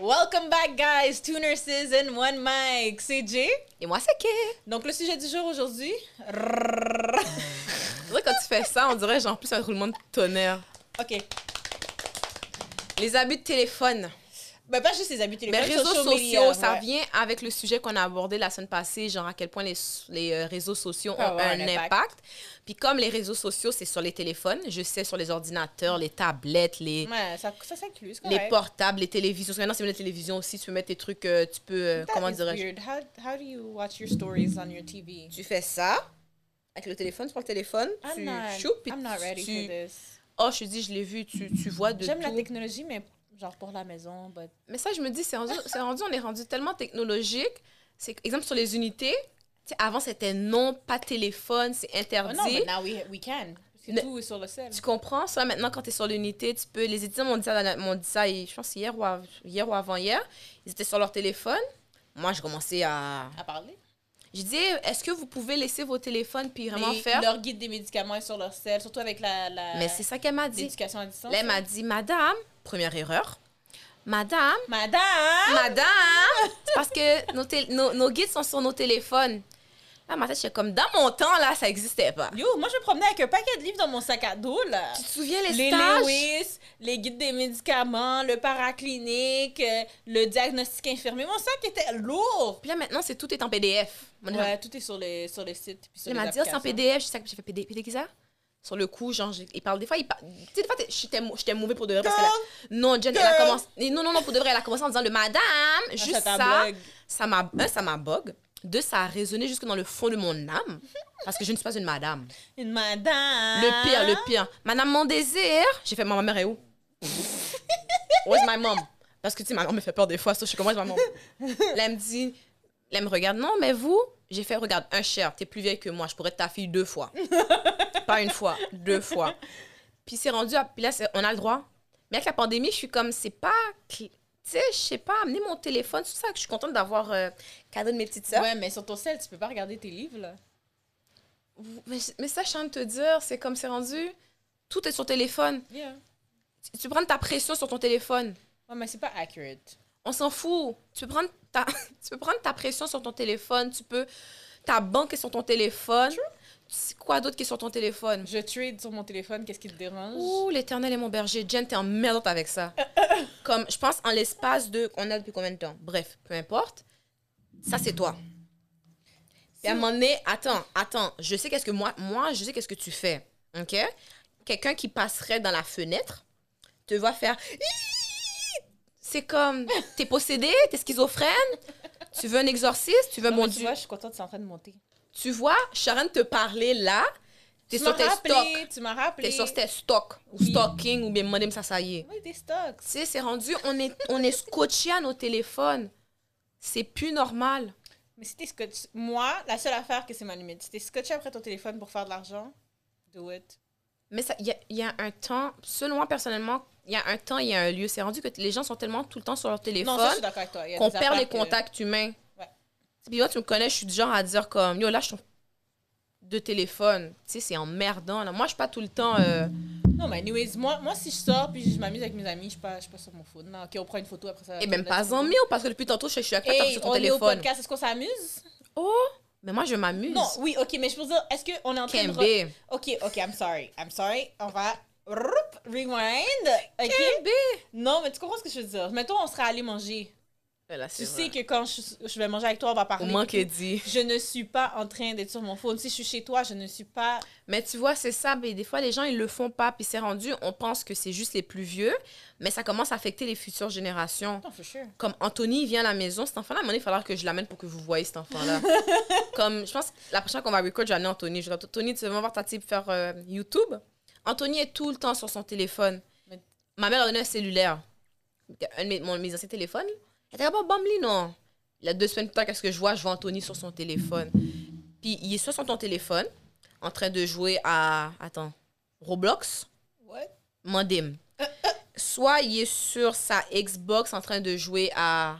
Welcome back, guys! Two nurses and one mic. C'est Jay. Et moi, c'est que. Donc, le sujet du jour aujourd'hui. Là, quand tu fais ça, on dirait genre plus un roulement de tonnerre. OK. Les abus de téléphone. Ben, pas juste les habits Mais téléphones, réseaux social sociaux, media, ça ouais. vient avec le sujet qu'on a abordé la semaine passée, genre à quel point les, les, euh, réseaux sociaux Peuvent ont avoir un Ah un impact. impact. Puis comme les réseaux sociaux, c'est sur les téléphones, je sais, sur les ordinateurs, les tablettes, les, Ouais, ça, ça s'inclut, c'est les correct. portables, les télévisions. Maintenant, c'est même la télévision aussi, tu peux mettre tes trucs, euh, tu peux, euh, That comment is dirais-je, weird. How, how do you watch your stories on your TV? tu fais ça avec le téléphone, tu prends le téléphone, tu I'm not, choues, puis I'm not ready tu- for this. Oh, je te dis, je l'ai vu, tu, tu vois de J'aime la tout. technologie, mais genre pour la maison, but... Mais ça, je me dis, c'est rendu, c'est rendu- on est rendu tellement technologique. C'est que, exemple sur les unités. tu sais, Avant, c'était non, pas de téléphone, c'est Oh, interdit. non, but now we, we can. Parce que Le- tout est sur le sel. Tu comprends ça maintenant quand tu es sur l'unité, tu peux. Les étudiants m'ont dit ça, dans la- m'ont dit ça et je pense hier ou, av- hier ou avant-hier. Ils étaient sur leur téléphone. Moi, j'ai commencé à. À parler. J'ai dit, eh, est-ce que vous pouvez laisser vos téléphones puis vraiment Mais faire. Leur guide des médicaments est sur leur sel, surtout avec la... la... Mais c'est ça qu'elle m'a dit. L'éducation à distance. Là, elle m'a dit, madame, première erreur. Madame, Madame! Madame, c'est parce que nos, tél- nos, nos guides sont sur nos téléphones. Là, ma tête, j'étais comme, dans mon temps, là, ça n'existait pas. Yo, moi, je me promenais avec un paquet de livres dans mon sac à dos, là. Tu te souviens les, Les stages? Lewis, les guides des médicaments, le paraclinique, euh, le diagnostic infirmier. Mon sac était lourd. Puis là, maintenant, c'est tout est en PDF. Mon Ouais, tout est sur les, sur les sites. Puis sur elle les m'a dit, Ah, c'est en applications. PDF. J'ai dit, j'ai fait PDF, PDF, qui ça? Sur le coup, genre, j'ai- il parle des fois, il parle. Tu sais, des fois, t'es- j'étais mou- j'étais mauvais pour de vrai. Parce que là, non, Jen, elle a Girl. commencé. et Non, non, non, pour de vrai, elle a commencé en disant le madame. Ah, Juste t'a ça. blog. ça m'a un, ça m'a bug. Deux, ça a résonné jusque dans le fond de mon âme. Parce que je ne suis pas une madame. Une madame. Le pire, le pire. Madame, mon désir. J'ai fait, ma mère est où? Where's my mom? Parce que, tu sais, ma mère me fait peur des fois. so je suis comme, where's my mom? Là, elle me dit, là, elle me regarde, non, mais vous? J'ai fait, regarde, un cher, t'es plus vieille que moi, je pourrais être ta fille deux fois. Pas une fois, deux fois. Puis c'est rendu, à, puis là, c'est- on a le droit. Mais avec la pandémie, je suis comme, c'est pas. cl- Tu sais, je sais pas, amener mon téléphone, c'est ça que je suis contente d'avoir euh, cadeau de mes petites sœurs. Ouais, mais sur ton sel, tu peux pas regarder tes livres, là. Mais, mais ça, je suis en train de te dire, c'est comme c'est rendu, tout est sur téléphone. Yeah. tu peux prendre ta pression sur ton téléphone. Ouais, mais c'est pas accurate. On s'en fout. Tu peux prendre ta, tu peux prendre ta pression sur ton téléphone. Tu peux ta banque est sur ton téléphone. C'est quoi d'autre qui est sur ton téléphone Je trade sur mon téléphone, qu'est-ce qui te dérange? Ouh, l'Éternel est mon berger. Jen, t'es emmerdante avec ça. Comme je pense en l'espace de, on a depuis combien de temps Bref, peu importe. Ça c'est toi. Puis à un moment donné, attends, attends. Je sais qu'est-ce que moi, moi, je sais qu'est-ce que tu fais. Ok Quelqu'un qui passerait dans la fenêtre te voit faire. C'est comme, t'es possédé, t'es schizophrène. Tu veux un exorciste, tu veux Non, mon mais Tu Dieu. vois, je suis contente, c'est en train de monter. Tu vois, je suis en train de te parler là. T'es Tu sur m'as tes stocks. rappelé, tu m'as rappelé. T'es sur tes stocks ou Oui. stocking ou bien modem, ça, ça y est. Oui, des stocks. Tu sais, c'est rendu, on est, on est scotché à nos téléphones. C'est plus normal. Mais si t'es scotché... Moi, la seule affaire que c'est ma limite, si t'es scotché après ton téléphone pour faire de l'argent, do it. Mais ça- il y a, il y a un temps, selon moi personnellement, il y a un temps, il y a un lieu. C'est rendu que t- les gens sont tellement tout le temps sur leur Non, ça, je suis téléphone d'accord avec toi. Il y a qu'on des perd les affaires que- contacts humains. Ouais. Puis moi, tu me connais, je suis du genre à dire comme, yo, lâche ton de téléphone. Tu sais, c'est emmerdant. Là. Moi, je suis pas tout le temps... euh, Non, mais anyways, moi, moi si je sors puis je m'amuse avec mes amis, je suis pas, je suis pas sur mon phone. Non, ok, on prend une photo après ça. et même pas en mille, parce que depuis tantôt, je je suis avec toi, t'as Hey, sur ton on est au téléphone. podcast, est-ce qu'on s'amuse? Oh, mais moi, je m'amuse. Non, oui, ok, mais je peux dire, est-ce qu'on est en train de... re- Kembe. Ok, ok, I'm sorry, I'm sorry, on va... Roup, Rewind, ok? Kembe. Non, mais tu comprends ce que je veux dire. Mettons, on serait allé manger. Voilà, c'est Tu vrai. sais que quand je, je vais manger avec toi, on va Au parler. euh, moins puis qu'elle dit. je ne suis pas en train d'être sur mon phone. Si je suis chez toi, je ne suis pas. Mais tu vois, c'est ça. Mais des fois, les gens, ils le font pas. Puis c'est rendu, on pense que c'est juste les plus vieux. Mais ça commence à affecter les futures générations. Attends, for sure. Comme Anthony, il vient à la maison. Cet enfant-là, à un moment donné, il va falloir que je l'amène pour que vous voyez cet enfant-là. Comme, je pense, la prochaine qu'on va record, je vais amener Anthony. Je vais dire, Anthony, tu vas voir ta type faire euh, YouTube. Anthony est tout le temps sur son téléphone. Mais- Ma mère a donné un cellulaire. Un de mes, mon, mes anciens téléphones. Elle était pas bambli, non. Il y a deux semaines plus tard, qu'est-ce que je vois Je vois Anthony sur son téléphone. Puis il est soit sur ton téléphone, en train de jouer à. Attends. Roblox What? Mandem. Soit il est sur sa Xbox en train de jouer à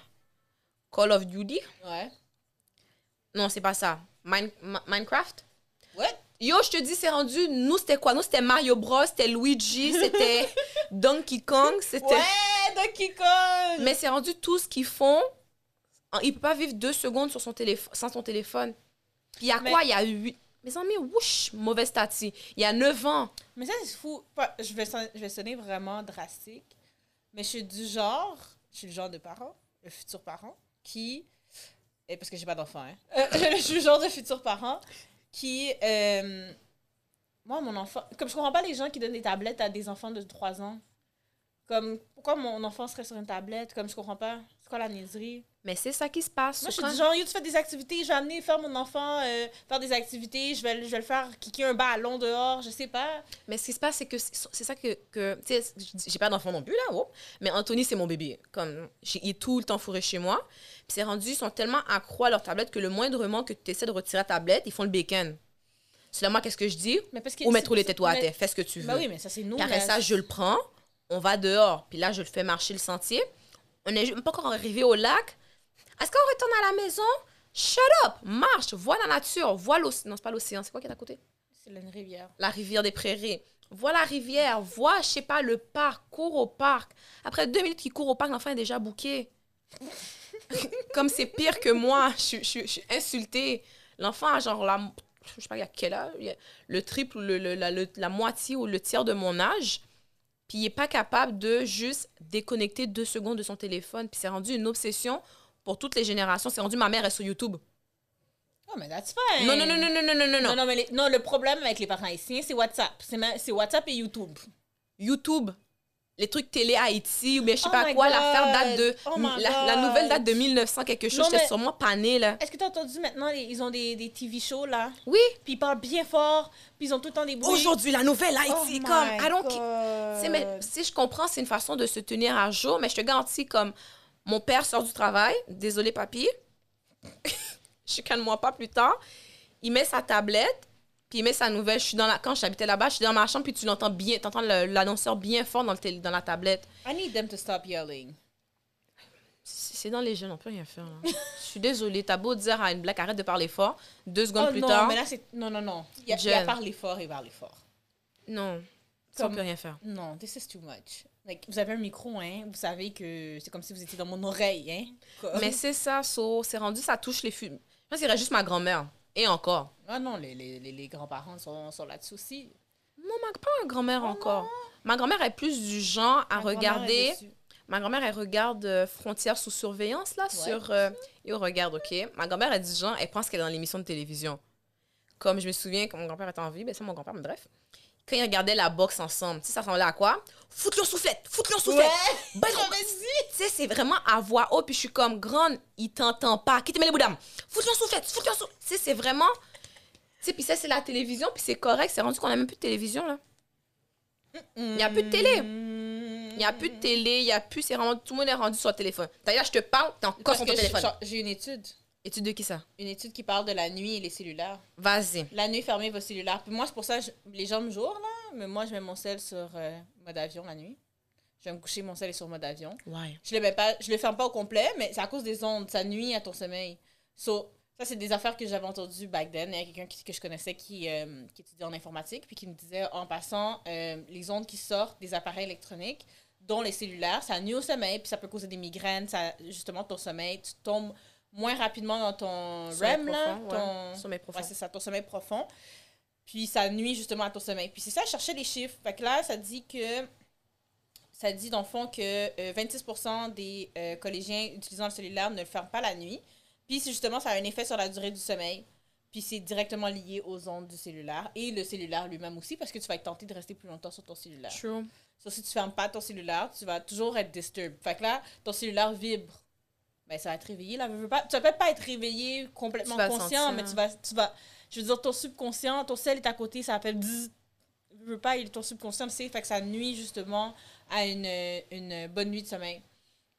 Call of Duty. Ouais. Non, c'est pas ça. Mine- Ma- Minecraft. What? Yo, je te dis, c'est rendu. Nous, c'était quoi Nous, c'était Mario Bros, c'était Luigi, c'était Donkey Kong, c'était. Ouais, Canada qui colle. Mais c'est rendu tout ce qu'ils font. En- Il peut pas vivre deux secondes sur son téléphone, sans son téléphone. Puis il y a Mais- quoi? Il y a huit... Mes amis, wouch, mauvaise tati. Il y a neuf ans. Mais ça, c'est fou. Pas- Je vais, son- je vais sonner vraiment drastique. Mais je suis du genre, je suis le genre de parent, le futur parent, qui. Et parce que j'ai pas d'enfant, hein. Euh, je suis le genre de futur parent qui. euh, moi, mon enfant. Comme je comprends pas les gens qui donnent des tablettes à des enfants de 3 ans. Comme, pourquoi mon enfant serait sur une tablette? Comme, je comprends pas. C'est quoi la niaiserie? Mais c'est ça qui se passe. Moi, je Sur suis du quand- genre, yo, tu fais des activités, je vais amener faire mon enfant euh, faire des activités, je vais, le- je vais le faire kicker un ballon dehors, je sais pas. Mais ce qui se passe, c'est que c'est c'est ça que. que tu sais, je dis- j'ai pas d'enfant non plus, là, wow. mais Anthony, c'est mon bébé. Comme, j'ai- il est tout le temps fourré chez moi. Puis ces rendus, ils sont tellement accro à leur tablette que le moindrement que tu essaies de retirer la tablette, ils font le bacon. C'est là, moi, qu'est-ce que je dis Mais parce que Ou mettre les c'est- tétous à mais- terre, fais ce que tu veux. Bah oui, mais ça, c'est nous. Puis après là. ça, je le prends, on va dehors. Puis là, je le fais marcher le sentier. On n'est même pas encore arrivé au lac. Est-ce qu'on retourne à la maison Shut up Marche, vois la nature, vois l'océan. Non, c'est pas l'océan, c'est quoi qui est à côté C'est une rivière. la rivière des prairies. Vois la rivière, vois, je sais pas, le parc, cours au parc. Après deux minutes qu'il court au parc, l'enfant est déjà bouqué. Comme c'est pire que moi, je, suis- je suis- je suis insultée. L'enfant a genre la, je sais pas, il y a quel âge, il y a le triple, ou le, le- la, le- la moitié ou le tiers de mon âge. Puis il est pas capable de juste déconnecter deux secondes de son téléphone. Puis c'est rendu une obsession pour toutes les générations. C'est rendu ma mère est sur YouTube. Non, Ah, mais that's fine. Non, non, non, non, non, non, non, non. Non, non, mais les- non, le problème avec les parents haïtiens, c'est WhatsApp. C'est ma- c'est WhatsApp et YouTube. YouTube, les trucs télé Haïti ou bien je sais Oh pas my quoi, God. l'affaire date de Oh my la, God. la nouvelle date de 1900 quelque Non, chose, j'étais mais- sûrement panée là. Est-ce que t'as entendu maintenant, les- ils ont des, des TV shows, là? Oui, Puis ils parlent bien fort, puis ils ont tout le temps des bruits. Oh aujourd'hui la nouvelle Haïti comme I don't care. Tu sais, allons mais si je comprends, c'est une façon de se tenir à jour, mais je te garantis comme mon père sort du travail, désolé papy. Chicane-moi pas plus tard. Il met sa tablette, puis il met sa nouvelle. Je suis dans la quand j'habitais là-bas, je suis dans ma chambre puis tu l'entends bien, t'entends le- l'annonceur bien fort dans le télé- dans la tablette. I need them to stop yelling. C'est c'est dans les jeunes, on peut rien faire. là. Je suis désolée, t'as beau dire à une blague, arrête de parler fort. Deux secondes Oh plus non, tard, mais là, c'est... Non, non, non. Il y a, il y a Jen. parler fort et parler fort. non, ça, on Comme- peut rien faire. Non, this is too much. Like, vous avez un micro, hein? Vous savez que c'est comme si vous étiez dans mon oreille, hein? Comme- Mais c'est ça, so, c'est rendu, ça touche les fumes. Je pense qu'il reste juste ma grand-mère. Et encore. Ah non, les, les, les, les grands-parents sont, sont là-dessus aussi. Non, ma, pas ma grand-mère encore. Ma grand-mère est plus du genre à Oh Ma grand-mère est regarder. dessus. Ma grand-mère, elle regarde euh, Frontières sous surveillance, là, sur... euh, et on regarde, OK? Ma grand-mère, elle dit genre, elle pense qu'elle est dans l'émission de télévision. Comme je me souviens, quand mon grand-père était en vie, ben c'est mon grand-père, mais bref. Quand ils regardaient la boxe ensemble, tu sais, ça ressemblait à quoi? Foutre leur soufflette! Foutre leur soufflette! Ben, Non, mais si! tu sais, c'est vraiment à voix haute, puis je suis comme, grande, il t'entend pas. Quitte mes les boudins! Foutre leur soufflette! Foutre leur soufflette! Tu sais, c'est vraiment... Tu sais, puis ça, c'est la télévision, puis c'est correct, c'est rendu qu'on a même plus de télévision, là. Il n'y a plus de télé. Il Il n'y a plus de télé, il n'y a plus... C'est vraiment... Tout le monde est rendu sur le téléphone. D'ailleurs, je te parle, t'es encore Parce sur que ton je- téléphone. je- j'ai une étude. Et tu de qui, ça? Une étude qui parle de la nuit et les cellulaires. Vas-y. La nuit, fermez vos cellulaires. Puis moi, c'est pour ça, je- les gens me jouent, là. Mais moi, je mets mon sel sur euh, mode avion la nuit. Je vais me coucher, mon sel est sur mode avion. Ouais. Je le mets pas, je le ferme pas au complet, mais c'est à cause des ondes, ça nuit à ton sommeil. So, ça c'est des affaires que j'avais entendues back then. Il y a quelqu'un qui- que je connaissais qui, euh, qui étudiait en informatique, puis qui me disait en passant, euh, les ondes qui sortent des appareils électroniques, dont les cellulaires, ça nuit au sommeil, puis ça peut causer des migraines, ça justement ton sommeil, tu tombes moins rapidement dans ton REM là, ton- Sommeil profond. Ouais, c'est ça, ton sommeil profond. Puis ça nuit justement à ton sommeil. Puis c'est ça, chercher les chiffres. Fait que là, ça dit que. Ça dit dans le fond que euh, 26% des euh, collégiens utilisant le cellulaire ne le ferment pas la nuit. Puis c'est justement, ça a un effet sur la durée du sommeil. Puis c'est directement lié aux ondes du cellulaire et le cellulaire lui-même aussi parce que tu vas être tenté de rester plus longtemps sur ton cellulaire. True. Sauf si tu fermes pas ton cellulaire, tu vas toujours être disturb. Fait que là, ton cellulaire vibre. Ben, ça va te réveiller. Là, veux, veux pas. Tu vas peut-être pas être réveillé complètement Tu vas le conscient, sentir. mais tu vas, tu vas. Je veux dire, ton subconscient, ton sel est à côté, ça appelle. Bzz. Veux, veux pas, il- ton subconscient le sait. Fait que ça nuit justement à une, une bonne nuit de sommeil.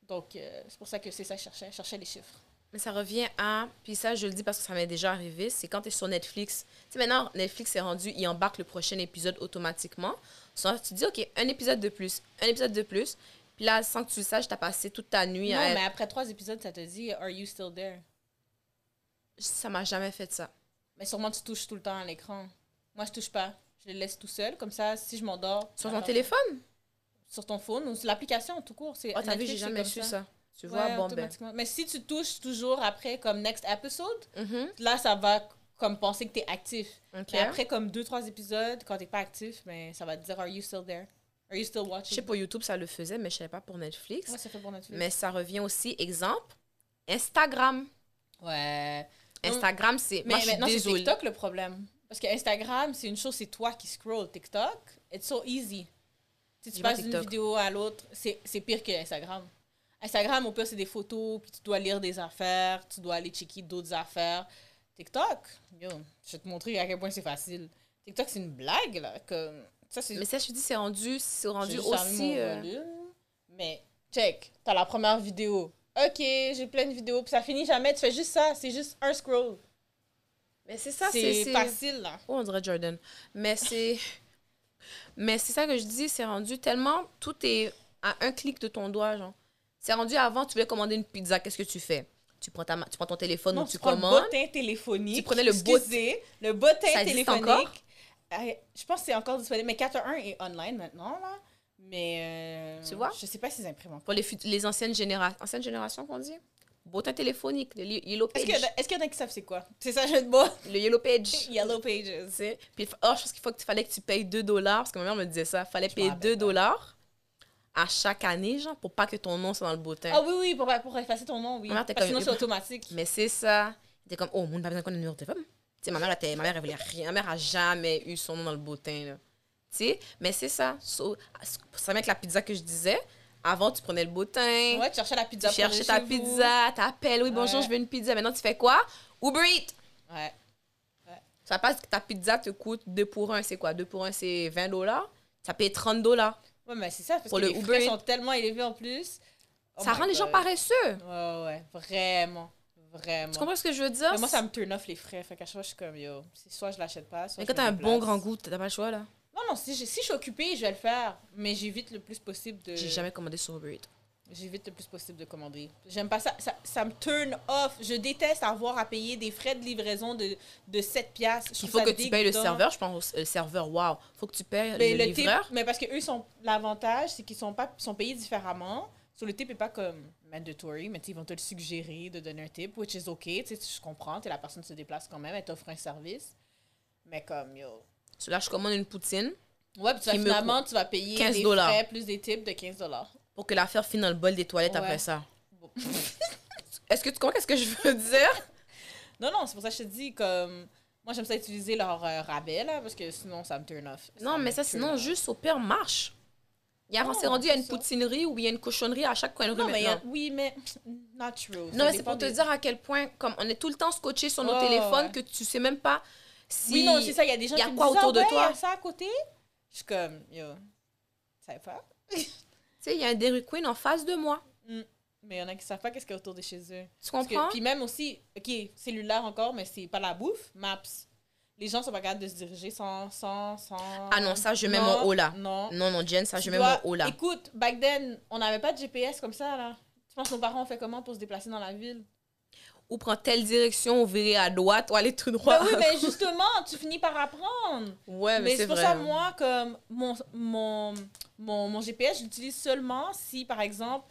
Donc, euh, c'est pour ça que c'est ça, je cherchais. Je cherchais les chiffres. Mais ça revient à, puis ça je le dis parce que ça m'est déjà arrivé, c'est quand tu es sur Netflix. Tu sais, maintenant, Netflix est rendu, il embarque le prochain épisode automatiquement. Soit tu dis, OK, un épisode de plus, un épisode de plus. Puis là, sans que tu le saches, tu as passé toute ta nuit non, à... mais après trois épisodes, ça te dit Are you still there? Ça m'a jamais fait ça. Mais sûrement, tu touches tout le temps à l'écran. Moi, je touche pas. Je le laisse tout seul. Comme ça, si je m'endors. Sur ça ton va. téléphone? sur ton phone ou sur l'application tout court. C'est Oh, t'as vu, Netflix, j'ai c'est jamais comme su ça. Tu vois, Ouais, bon, ben. automatiquement. Mais si tu touches toujours après comme next episode, Mhm, là, ça va comme penser que t'es actif. ok. Mais après comme deux, trois épisodes, quand t'es pas actif, mais ça va te dire Are you still there? Are you still Je sais watching? pour YouTube, ça le faisait, mais je savais pas pour Netflix. Ouais, ça fait pour Netflix. Mais ça revient aussi, exemple, Instagram. Ouais. Non. Instagram, c'est. Mais Moi, je suis maintenant, c'est désolée. TikTok le problème. Parce que Instagram, c'est une chose, c'est toi qui scroll. TikTok, it's so easy. Si tu J'ai pas passes d'une TikTok. vidéo à l'autre, c'est c'est pire que Instagram. Instagram, au pire, c'est des photos, puis tu dois lire des affaires, tu dois aller checker d'autres affaires. TikTok, yo, je vais te montrer à quel point c'est facile. TikTok, c'est une blague, là. Que, ça, c'est Mais ça, je te dis, c'est rendu, c'est j'ai rendu juste fermé aussi. mon euh, volume. Mais check, t'as la première vidéo. Ok, j'ai plein de vidéos, puis ça finit jamais, tu fais juste ça, c'est juste un scroll. Mais c'est ça, c'est. C'est c'est- facile, là. Oh, on dirait Jordan. Mais c'est. Mais c'est ça que je dis, c'est rendu tellement. Tout est à un clic de ton doigt, genre. C'est rendu avant, tu voulais commander une pizza, qu'est-ce que tu fais? Tu prends, ta ma- tu prends ton téléphone Non, ou tu, prends commandes. le bottin téléphonique. Tu prenais le bot- Excusez, le bottin Ça existe téléphonique. encore? Euh, je pense que c'est encore disponible. Mais 4.1 est online maintenant, là. Mais. euh, Tu vois? Je sais pas si c'est imprimant. Pour les, fut- les anciennes, généra... anciennes générations, qu'on dit? Bottin téléphonique, le ye- Yellow Est-ce Page. qu'il y, en a- est-ce qu'il y en a qui savent c'est quoi? C'est ça, jeu de mots? Le Yellow Page. Yellow Tu Pages. sais. Puis, il fa- oh, je pense qu'il faut que tu fallait que tu payes 2 dollars, parce que ma mère me disait ça. fallait Je m'en payer rappelle 2 pas. dollars à chaque année, genre, pour pas que ton nom soit dans le bottin. Ah oui, oui, pour, pour effacer ton nom, oui. Ma mère, t'es Parce que Ah, comme- sinon, c'est automatique. Mais c'est ça. Il était comme, oh, mon n'a pas besoin qu'on ait un numéro de téléphone. Tu sais, ma mère, elle était- ma mère, elle voulait rien. Ma mère a jamais eu son nom dans le bottin, là. Tu sais, mais c'est ça. So, ça vient avec la pizza que je disais. Avant, tu prenais le bottin. Ouais, tu cherchais la pizza. tu pour aller cherchais ta chez vous. pizza, t'appelles, oui, bonjour, Ouais. je veux une pizza. Maintenant, tu fais quoi? Uber Eats. Ouais. Ça passe que ta pizza te coûte 2 pour 1, c'est quoi? 2 pour 1, c'est 20 dollars. Ça paye 30 dollars. Ouais, mais c'est ça. Parce Pour que le les Uber frais Eats. sont tellement élevés en plus. Oh ça my rend les gens God. paresseux. Ouais, ouais, vraiment. Vraiment. Tu comprends ce que je veux dire? Mais moi, ça me turn off les frais. Fait qu'à chaque fois, je suis comme, yo, c'est soit je l'achète pas, soit Mais je quand me t'as un bon déplace. grand goût, t'as pas le choix, là. Non, non, si, j'ai- si je suis occupée, je vais le faire. Mais j'évite le plus possible de. J'ai jamais commandé sur Uber Eats. J'évite le plus possible de commander. J'aime pas ça, ça. ça me turn off. Je déteste avoir à payer des frais de livraison de, de 7 piastres. Je Il trouve faut ça que tu payes le dégoûtant. serveur, je pense. Le serveur, waouh. faut que tu payes Mais, le le, tip, livreur. mais parce que eux, sont, l'avantage, c'est qu'ils sont, pas, sont payés différemment. Sur le tip n'est pas comme mandatory, mais tu sais, ils vont te le suggérer de donner un tip, which is OK. Tu sais, je comprends. t'sais, La personne se déplace quand même, elle t'offre un service. Mais comme, yo, So Là, je commande une poutine Ouais, puis tu vas- Qui me finalement, tu vas payer 15 des dollars. frais plus des tips de 15 dollars. pour que l'affaire finisse dans le bol des toilettes Ouais. après ça. Bon. Est-ce que tu comprends ce que je veux dire? Non, non, c'est pour ça que je te dis, comme... Moi, j'aime ça utiliser leur euh, rabais, là, parce que sinon, ça me turn off. Non, mais me ça, turn sinon, off. juste au pire, marche. Il y a, Non, c'est rendu, il y a une c'est ça. poutinerie ou il y a une cochonnerie à chaque coin de rue Non, mais... maintenant. Oui, mais... Not true. Non, mais c'est pour te dire à quel point, comme on est tout le temps scotché sur nos Ouais, téléphones, ouais. que tu sais même pas si. Oui, non, c'est ça, il y a des gens y a qui me quoi disent, autour Ah de ouais, toi? y a ça à côté? Je suis comme, yo, ça savent pas. Tu sais, il y a un Dairy Queen en face de moi. Mais il y en a qui savent pas qu'est-ce qu'il y a autour de chez eux. Tu Parce que- comprends? Puis même aussi, OK, cellulaire encore, mais c'est pas la bouffe, Maps. Les gens sont pas capables de se diriger sans... sans, sans... Ah non, ça, je mets mon haut là. Non. Non, non, Jen, ça, Tu je mets dois- mon haut là. Écoute, back then, on n'avait pas de GPS comme ça, là. Tu penses que nos parents ont fait comment pour se déplacer dans la ville? Ou prends telle direction, ou virer à droite, ou aller tout droit. Ben oui, mais justement, tu finis par apprendre. Bah Ouais, mais c'est pour vrai. hein. ça, moi, comme mon, mon, mon, mon GPS, je l'utilise seulement si, par exemple,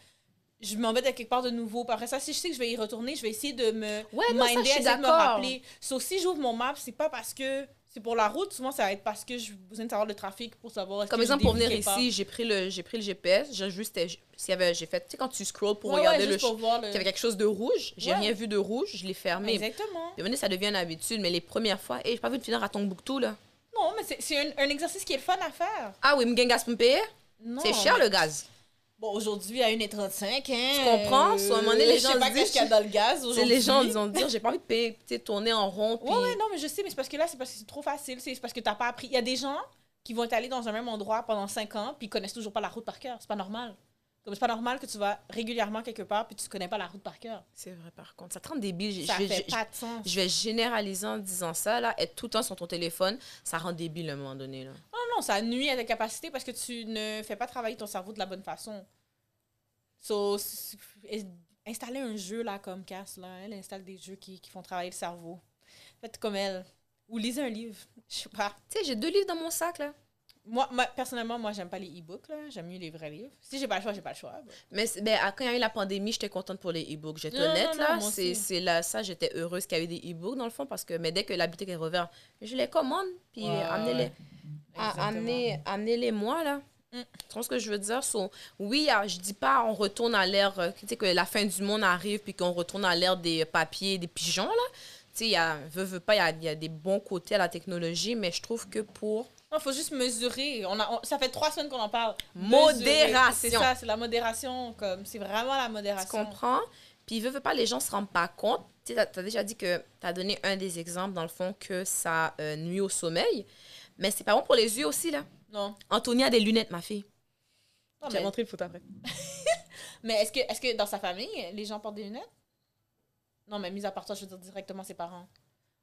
je m'embête à quelque part de nouveau. Puis Après ça, si je sais que je vais y retourner, je vais essayer de me Ouais, non, ça, je suis essayer de me d'accord. rappeler. Sauf si j'ouvre mon map, c'est pas parce que... C'est pour la route, souvent, ça va être parce que j'ai besoin de savoir le trafic pour savoir... est-ce Comme que je exemple, pour venir dévie quelque ici, j'ai pris le j'ai pris le GPS, j'ai juste s'il y avait j'ai fait tu sais quand tu scrolls part. pour Ouais, ouais, regarder le juste ch- pour voir le... s'il y avait quelque chose de rouge, j'ai Ouais. rien vu de rouge, je l'ai fermé. Puis Exactement. maintenant, ça devient une habitude, mais les premières fois, et j'ai pas vu de finir à Tombouctou là. Non, mais c'est- c'est un, un exercice qui est le fun à faire. Ah oui, Mgengas payer Non, c'est cher mais- le gaz. Bon, aujourd'hui, à 1,35, hein. euh, Tu comprends? Sur un moment donné, les gens Je sais pas se qu'est-ce disent- qu'il y a dans le gaz C'est aujourd'hui. les gens ils vont dire j'ai pas envie de payer, tu sais, tourner en rond puis Ouais, ouais, non, mais je sais, mais c'est parce que là, c'est parce que c'est trop facile. C'est parce que t'as pas appris. Il y a des gens qui vont être allés dans un même endroit pendant 5 ans, puis ils connaissent toujours pas la route par cœur. C'est pas normal. Comme c'est pas normal que tu vas régulièrement quelque part, puis tu connais pas la route par cœur. C'est vrai par contre, ça te rend débile, J'ai- Ça j'ai- fait j'ai- pas de sens. je vais généraliser en disant ça là, être tout le temps sur ton téléphone, ça rend débile à un moment donné là. Non, non, ça nuit à ta capacité parce que tu ne fais pas travailler ton cerveau de la bonne façon. So, s- s- installer un jeu, là, comme Cass, là, elle installe des jeux qui, qui font travailler le cerveau. Faites comme elle. Ou lisez un livre. Je sais pas. Tu sais, j'ai deux livres dans mon sac là. Moi, moi, personnellement, moi, j'aime pas les e-books, là. J'aime mieux les vrais livres. Si j'ai pas le choix, j'ai pas le choix. bah. Mais c'est- ben, à- quand il y a eu la pandémie, j'étais contente pour les e-books. J'étais Non, non, honnête, non, là. moi C'est aussi. c'est là, ça, j'étais heureuse qu'il y a eu des e-books, dans le fond, parce que mais dès que la bibliothèque est revers, je les commande, puis euh, Ouais, amenez-les. ouais. à- Exactement. amenez- Amenez-les moi, là. Mm. Tu vois ce que je veux dire? So, oui, ah, je dis pas on retourne à l'ère, euh, tu sais, que la fin du monde arrive, puis qu'on retourne à l'ère des euh, papiers, des pigeons, là. Tu sais, il y a, veux, veux pas, il y a, il y a des bons côtés à la technologie, mais je trouve que pour Non, faut juste mesurer. On a, on- ça fait trois semaines qu'on en parle. Mesurer. C'est modération, ça, c'est la modération. comme C'est vraiment la Tu modération. comprends? Puis, veut, veut pas, les gens se rendent pas compte. Tu as, déjà dit que tu as donné un des exemples, dans le fond, que ça euh, nuit au sommeil. Mais c'est pas bon pour les yeux aussi, là. Non. Anthony a des lunettes, ma fille. Non, Je vais Ah, mais montrer le photo après. mais est-ce que, est que dans sa famille, les gens portent des lunettes? Non, mais mis à part toi, je veux dire directement ses parents.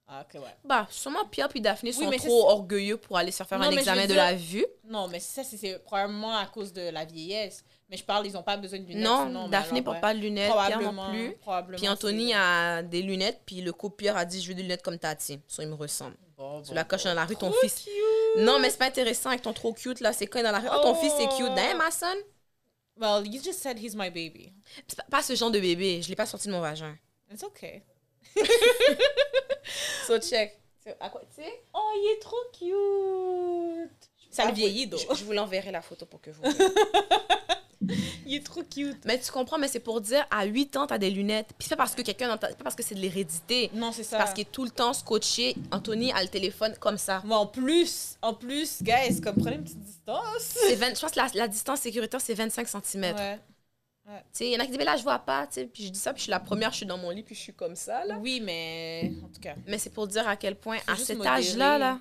Ah, ok, ouais. Bah, sûrement Pierre puis Daphné sont mais ça, trop orgueilleux pour aller se faire Non, un mais je examen de veux dire- la vue. Non, mais ça, c'est- c'est probablement à cause de la vieillesse. Mais je parle, ils n'ont pas besoin de lunettes. non, sinon, mais Daphné alors, porte ouais. pas de lunettes, Pierre non Probablement. plus. probablement, Puis Anthony c'est- a des lunettes, puis le coup, Pierre a dit Je veux des lunettes comme Tati. Ça, il me ressemble. Bon, Tu bon, la bon. coches dans la rue, ton Trop fils. Non, mais c'est pas intéressant avec ton trop cute, là. C'est quand il est dans la rue. Oh, ton fils, c'est cute. Oh. Damn, ma son. Well, you just said he's my baby. C'est pas- pas ce genre de bébé. Je l'ai pas sorti de mon vagin. It's okay. So check. À quoi, tu sais? Ah, Oh, il est trop cute. Ça le vieillit, donc. Je, je vous l'enverrai la photo pour que vous. Il est trop cute. mais tu comprends, mais c'est pour dire à 8 ans, t'as des lunettes. Puis c'est pas parce que quelqu'un. dans ta- C'est pas parce que c'est de l'hérédité. Non, c'est ça. Parce qu'il est tout le temps scotché. Anthony a le téléphone comme ça. Mais en plus, en plus, guys, comme prenez une petite distance. C'est 20 je pense que la, la distance sécuritaire, c'est 25 cm. Ouais. Tu sais, il y en a qui disent, mais là, je vois pas. tu sais. Puis je dis ça, puis je suis la première, je suis dans mon lit, puis je suis comme ça, là. Oui, mais en tout cas, Mais c'est pour dire à quel point, Faut à juste cet modérer. âge-là, là.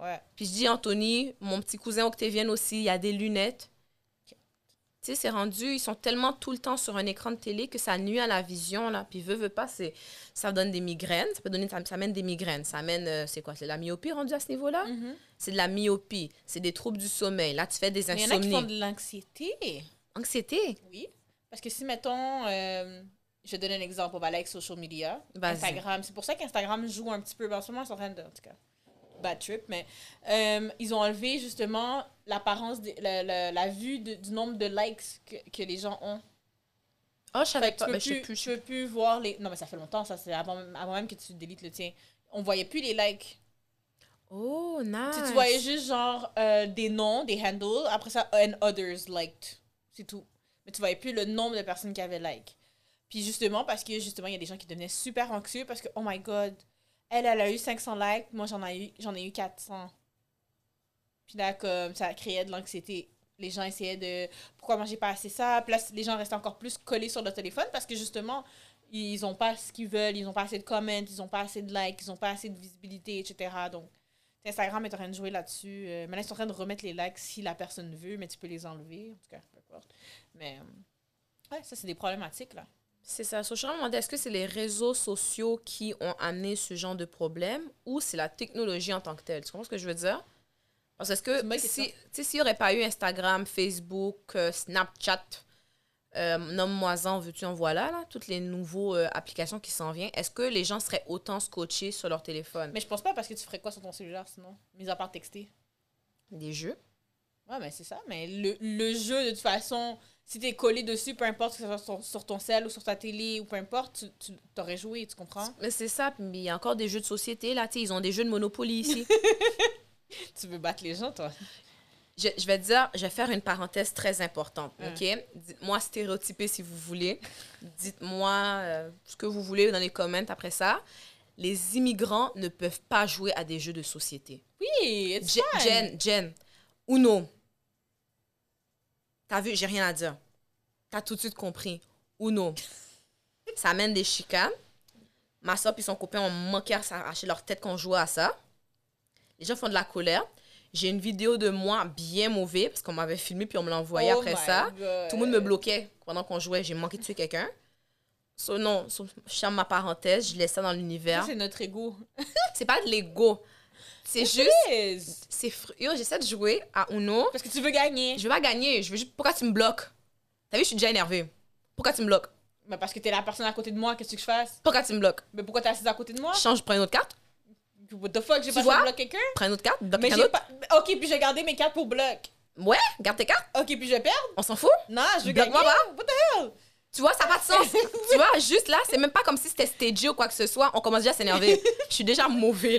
ouais. Puis je dis, Anthony, mon petit cousin Octavienne aussi, il a des lunettes. Tu sais, c'est rendu, ils sont tellement tout le temps sur un écran de télé que ça nuit à la vision, là. Puis veut, veut pas, c'est, ça donne des migraines. Ça peut donner, ça, ça amène des migraines. Ça amène, euh, c'est quoi, c'est de la myopie rendue à ce niveau-là? Mhm. C'est de la myopie. C'est des troubles du sommeil. Là, tu fais des Mais Il y en a qui insomnies. font de l'anxiété. Anxiété. Oui. Parce que si, mettons, euh, je vais donner un exemple, on va aller avec social media. Vas-y. Instagram. C'est pour ça qu'Instagram joue un petit peu. Ben, en ce moment, ils sont en train de. En tout cas, bad trip, mais euh, ils ont enlevé justement l'apparence, des- la, la- la vue de- du nombre de likes que, que les gens ont. Oh, je savais Fait que tu pas. peux mais je sais plus, plus. tu peux plus voir les. Non, mais ça fait longtemps, ça. C'est avant, même- avant même que tu délites le tien. On voyait plus les likes. Oh, nice. Tu, tu voyais juste genre euh, des noms, des handles, après ça, and others liked. C'est tout. Mais tu voyais plus le nombre de personnes qui avaient like. Puis justement, parce que justement, il y a des gens qui devenaient super anxieux parce que, oh my god, elle, elle a eu 500 likes, moi j'en ai eu, j'en ai eu 400. Puis là, comme ça créait de l'anxiété. Les gens essayaient de pourquoi moi j'ai pas assez ça. Puis là, les gens restaient encore plus collés sur leur téléphone parce que justement, ils n'ont pas ce qu'ils veulent, ils n'ont pas assez de comments, ils n'ont pas assez de likes, ils n'ont pas assez de visibilité, etc. Donc, Instagram est en train de jouer là-dessus. Euh, maintenant, ils sont en train de remettre les likes si la personne veut, mais tu peux les enlever. En tout cas, peu importe. Mais euh, ouais, ça, c'est des problématiques, là. C'est ça. So, je me demandais, est-ce que c'est les réseaux sociaux qui ont amené ce genre de problème ou c'est la technologie en tant que telle? Tu comprends ce que je veux dire? Parce que, C'est est-ce une bonne que question. si- tu sais, s'il n'y aurait pas eu Instagram, Facebook, euh, Snapchat, euh, nomme-moi-en, veux-tu en voilà, là, toutes les nouveaux euh, applications qui s'en viennent, est-ce que les gens seraient autant scotchés sur leur téléphone? Mais je pense pas parce que tu ferais quoi sur ton cellulaire sinon, mis à part texter. Des jeux? Ouais, mais c'est ça. Mais le, le jeu, de toute façon, si t'es collé dessus, peu importe que ce soit sur, sur ton cell ou sur ta télé ou peu importe, tu, tu t'aurais joué, tu comprends? Mais c'est ça. puis Il y a encore des jeux de société, là, tu sais, ils ont des jeux de Monopoly ici. Tu veux battre les gens, toi? je, je vais dire, je vais faire une parenthèse très importante, Mm. ok? Dites-moi stéréotypé si vous voulez. Dites-moi euh, ce que vous voulez dans les comments après ça. Les immigrants ne peuvent pas jouer à des jeux de société. Oui, it's Je- fine. Jen, Jen, Uno. T'as vu, j'ai rien à dire. T'as tout de suite compris. Uno. ça amène des chicanes. Ma soeur et son copain ont manqué à s'arracher leur tête quand on jouait à ça. Les gens font de la colère. J'ai une vidéo de moi bien mauvais parce qu'on m'avait filmé puis on me l'a envoyé Oh après my ça. God. Tout le monde me bloquait pendant qu'on jouait. J'ai manqué de tuer quelqu'un. So, non, so, je ferme ma parenthèse, je laisse ça dans Ça, l'univers. c'est notre ego. C'est pas de l'ego. C'est juste. Yes. C'est fr- Yo, j'essaie de jouer à Uno. Parce que tu veux gagner. Je veux pas gagner. Je veux juste. Pourquoi tu me bloques T'as vu, je suis déjà énervée. Pourquoi tu me bloques Mais parce que t'es la personne à côté de moi, qu'est-ce que je fasse? Pourquoi tu me bloques Mais pourquoi t'es assise à côté de moi? Change, prends une autre carte. What the fuck, j'ai Tu pas vois? ça bloc quelqu'un? Prends une autre carte, bloque Mais quelqu'un j'ai d'autre. pas. Ok, puis j'ai gardé mes cartes pour bloc. Ouais, garde tes cartes, Ok, puis je perds? on s'en fout. Non, je veux gagner. Bloque-moi, What the hell? Tu vois, ça n'a pas de sens. tu vois, juste là, c'est même pas comme si c'était stagé ou quoi que ce soit. On commence déjà à s'énerver. Je suis déjà mauvais,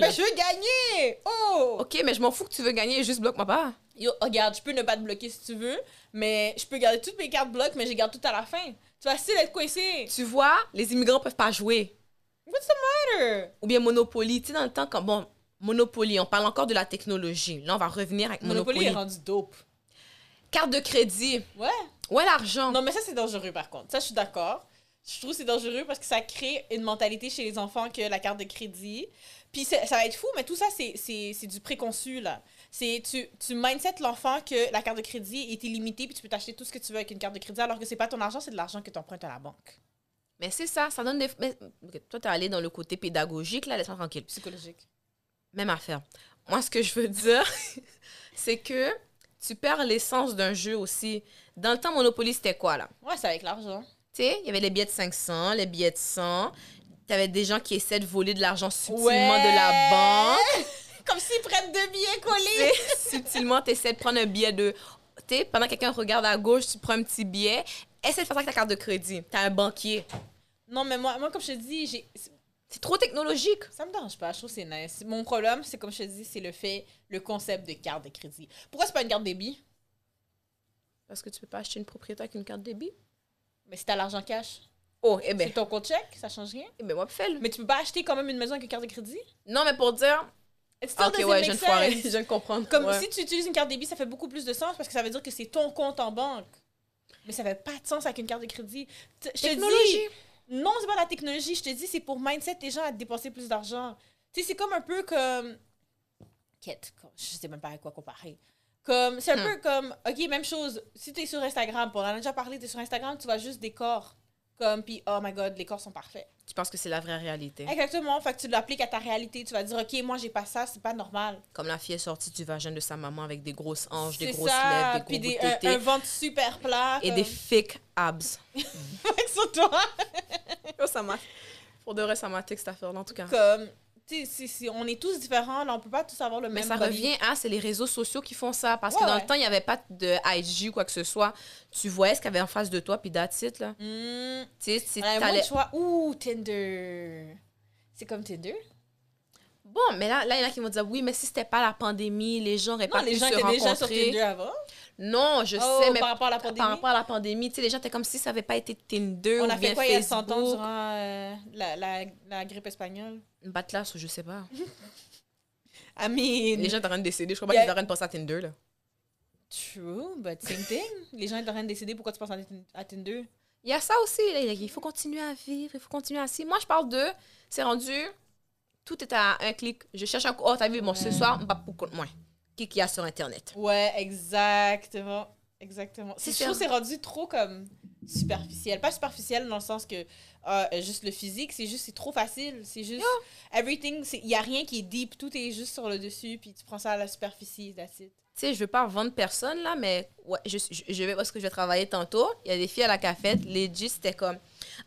là. Mais je veux gagner! Oh! Ok, mais je m'en fous que tu veux gagner, juste bloque ma part. Yo, regarde, je peux ne pas te bloquer si tu veux, mais je peux garder toutes mes cartes bloc, mais je les garde toutes à la fin. Tu vas essayer d'être coincé. Tu vois, les immigrants peuvent pas jouer. What's the matter? Ou bien Monopoly. Tu sais, dans le temps, quand. Bon, Monopoly, on parle encore de la technologie. Là, on va revenir avec Monopoly, Monopoly. est rendu dope. Carte de crédit. Ouais. Ouais, l'argent. Non, mais ça, c'est dangereux, par contre. Ça, je suis d'accord. Je trouve que c'est dangereux parce que ça crée une mentalité chez les enfants que la carte de crédit. Puis c'est- ça va être fou, mais tout ça, c'est- c'est c'est du préconçu, là. C'est- Tu, tu mindset l'enfant que la carte de crédit est illimitée puis tu peux t'acheter tout ce que tu veux avec une carte de crédit alors que c'est pas ton argent, c'est de l'argent que tu empruntes à la banque. Mais c'est ça, ça donne des. Mais, ok, toi, t'es allé dans le côté pédagogique, là, laisse-moi tranquille. Psychologique. Même affaire. Moi, ce que je veux dire, c'est que tu perds l'essence d'un jeu aussi. Dans le temps, Monopoly, c'était quoi, là? Ouais, c'est avec l'argent. Tu sais, il y avait les billets de 500, les billets de 100. T'avais des gens qui essaient de voler de l'argent subtilement de la Ouais. banque. Comme s'ils prennent deux billets collés. sais, subtilement, tu essaies de prendre un billet de. Tu sais, pendant que quelqu'un regarde à gauche, tu prends un petit billet. Essaie de faire ça avec ta carte de crédit. T'as un banquier. Non, mais moi, moi comme je te dis, j'ai- C'est trop technologique. ça me dérange pas. Je trouve que c'est nice. Mon problème, c'est comme je te dis, c'est le fait, le concept de carte de crédit. Pourquoi c'est pas une carte débit? Parce que tu peux pas acheter une propriété avec une carte débit. Mais si t'as l'argent cash, Oh, eh ben, c'est ton compte chèque, ça change rien. eh ben, moi, fais-le. Mais tu peux pas acheter quand même une maison avec une carte de crédit? Non, mais pour dire. It's still Ah, ok, doesn't ouais, make je viens de sense. foirer. Je viens de comprendre. Comme Ouais. si tu utilises une carte débit, ça fait beaucoup plus de sens parce que ça veut dire que c'est ton compte en banque. Mais ça fait pas de sens avec une carte de crédit. Tu- Je te dis, Technologie. Non, c'est pas la technologie. Je te dis, c'est pour mindset les gens à dépenser plus d'argent. Tu sais, c'est comme un peu comme. Quête, comme- je sais même pas à quoi comparer. Comme, c'est un Hmm. peu comme, ok, même chose, si tu es sur Instagram, pour en a déjà parlé, tu es sur Instagram, tu vois juste des corps. Comme, puis, oh my god, les corps sont parfaits. Tu penses que c'est la vraie réalité. Exactement, fait que tu l'appliques à ta réalité, tu vas dire, ok, moi j'ai pas ça, c'est pas normal. Comme la fille est sortie du vagin de sa maman avec des grosses hanches, des C'est grosses ça, lèvres, des puis gros des, bouts de un, tétés un ventre super plat. et comme- des fake abs. sur toi. Oh, ça m'a. Pour de vrai, ça m'a texte à faire, en tout cas. Comme, tu sais, si- si on est tous différents, là, on peut pas tous avoir le Mais même ça body. revient à, c'est les réseaux sociaux qui font ça. Parce que Ouais, dans ouais. le temps, il n'y avait pas de IG ou quoi que ce soit. Tu voyais ce qu'il y avait en face de toi, puis that's it, là. Hmm. Tu sais, si Ouais, moi, t'allais- tu vois, ouh, Tinder. C'est comme Tinder? Bon, mais là, là, il y en a qui vont dire, oui, mais si c'était pas la pandémie, les gens n'auraient Non, pas les pu gens se étaient déjà sur rencontrer. Tinder avant. non, je Oh, sais, mais par par, rapport à la pandémie. rapport à la pandémie, tu sais, les gens étaient comme si ça n'avait pas été Tinder on ou a bien fait quoi il y a 100 ans Facebook. durant euh, la, la, la grippe espagnole? Une batlasse ou je sais pas. I mean, Les gens étaient en train de décéder. Je crois pas Il y a- qu'ils étaient en train de penser à Tinder, là. true, but same thing. les gens étaient en train de décider pourquoi tu penses à Tin- à Tinder. Il y a ça aussi. là. Il faut continuer à vivre, il faut continuer à si. Moi, je parle de. C'est rendu. Tout est à un clic. Je cherche un. Oh, t'as vu, bon, ce soir, on va pour contre moi. Qui qu'il y a sur Internet? Ouais, exactement. Exactement. C'est C'est je trouve que ça. c'est rendu trop comme superficiel. Pas superficiel dans le sens que euh, juste le physique, c'est juste c'est trop facile, c'est juste Ah! everything, c'est- il y a rien qui est deep, tout est juste sur le dessus puis tu prends ça à la superficie, that's it. Tu sais, je veux pas vendre personne, là, mais ouais, je, je, je vais parce que je vais travailler tantôt. Il y a des filles à la cafette. Les G, c'était comme.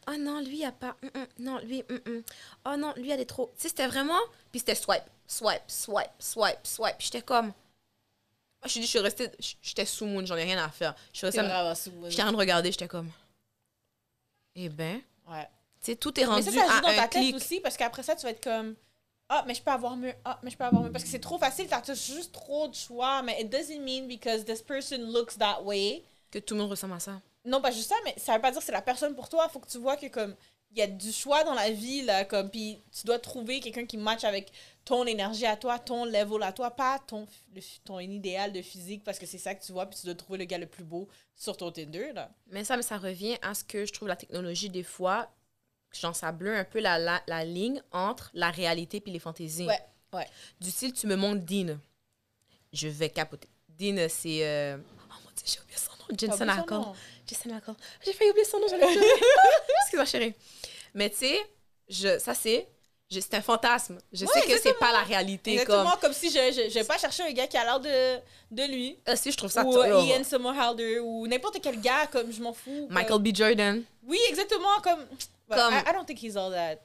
Oh non, lui, il a pas. hum, hum, non, lui. hum, hum. Oh non, lui, elle est trop. Tu sais, c'était vraiment. Puis c'était swipe, swipe, swipe, swipe, swipe. J'étais comme. Moi, je suis dit, je suis restée. J'étais sous moon, j'en ai rien à faire. Je suis restée C'est à me- vraiment souvent. J'étais en train de regarder, j'étais comme. Eh ben, Ouais. tu sais, tout est Mais rendu ça, ça joue dans à ta un tête clic. aussi parce qu'après ça, tu vas être comme Ah, mais je peux avoir mieux. Ah, mais je peux avoir mieux. Parce que c'est trop facile, t'as juste trop de choix. Mais it doesn't mean because this person looks that way. Que tout le monde ressemble à ça. Non, pas juste ça, mais ça veut pas dire que c'est la personne pour toi. Faut que tu vois que comme il y a du choix dans la vie, là. Comme, puis tu dois trouver quelqu'un qui match avec ton énergie à toi, ton level à toi, pas ton, le- ton idéal de physique parce que c'est ça que tu vois, puis tu dois trouver le gars le plus beau sur ton Tinder, là. Mais ça, mais ça revient à ce que je trouve la technologie, des fois, genre, ça bleue un peu la, la, la ligne entre la réalité puis les fantaisies. Ouais, ouais. Du style, tu me montres Dean. Je vais capoter. Dean, c'est. euh, Oh mon dieu, j'ai oublié son nom. T'as Jensen oublié son Ackles. nom. Jensen Ackles. Ah, J'ai failli oublier son nom, j'allais le dire. Excuse-moi, chérie. Mais tu sais, je- ça, c'est. je- C'est un fantasme. Je Ouais, sais que c'est pas la réalité. Exactement, Comme, comme, si je, je, je vais pas chercher un gars qui a l'air de, de lui. Ah, si, je trouve ça. ou trop- euh, Ian Somerhalder, ou n'importe quel gars, comme je m'en fous. Michael B. Jordan. Comme... Oui, exactement, comme. But Comme- I, I don't think he's all that.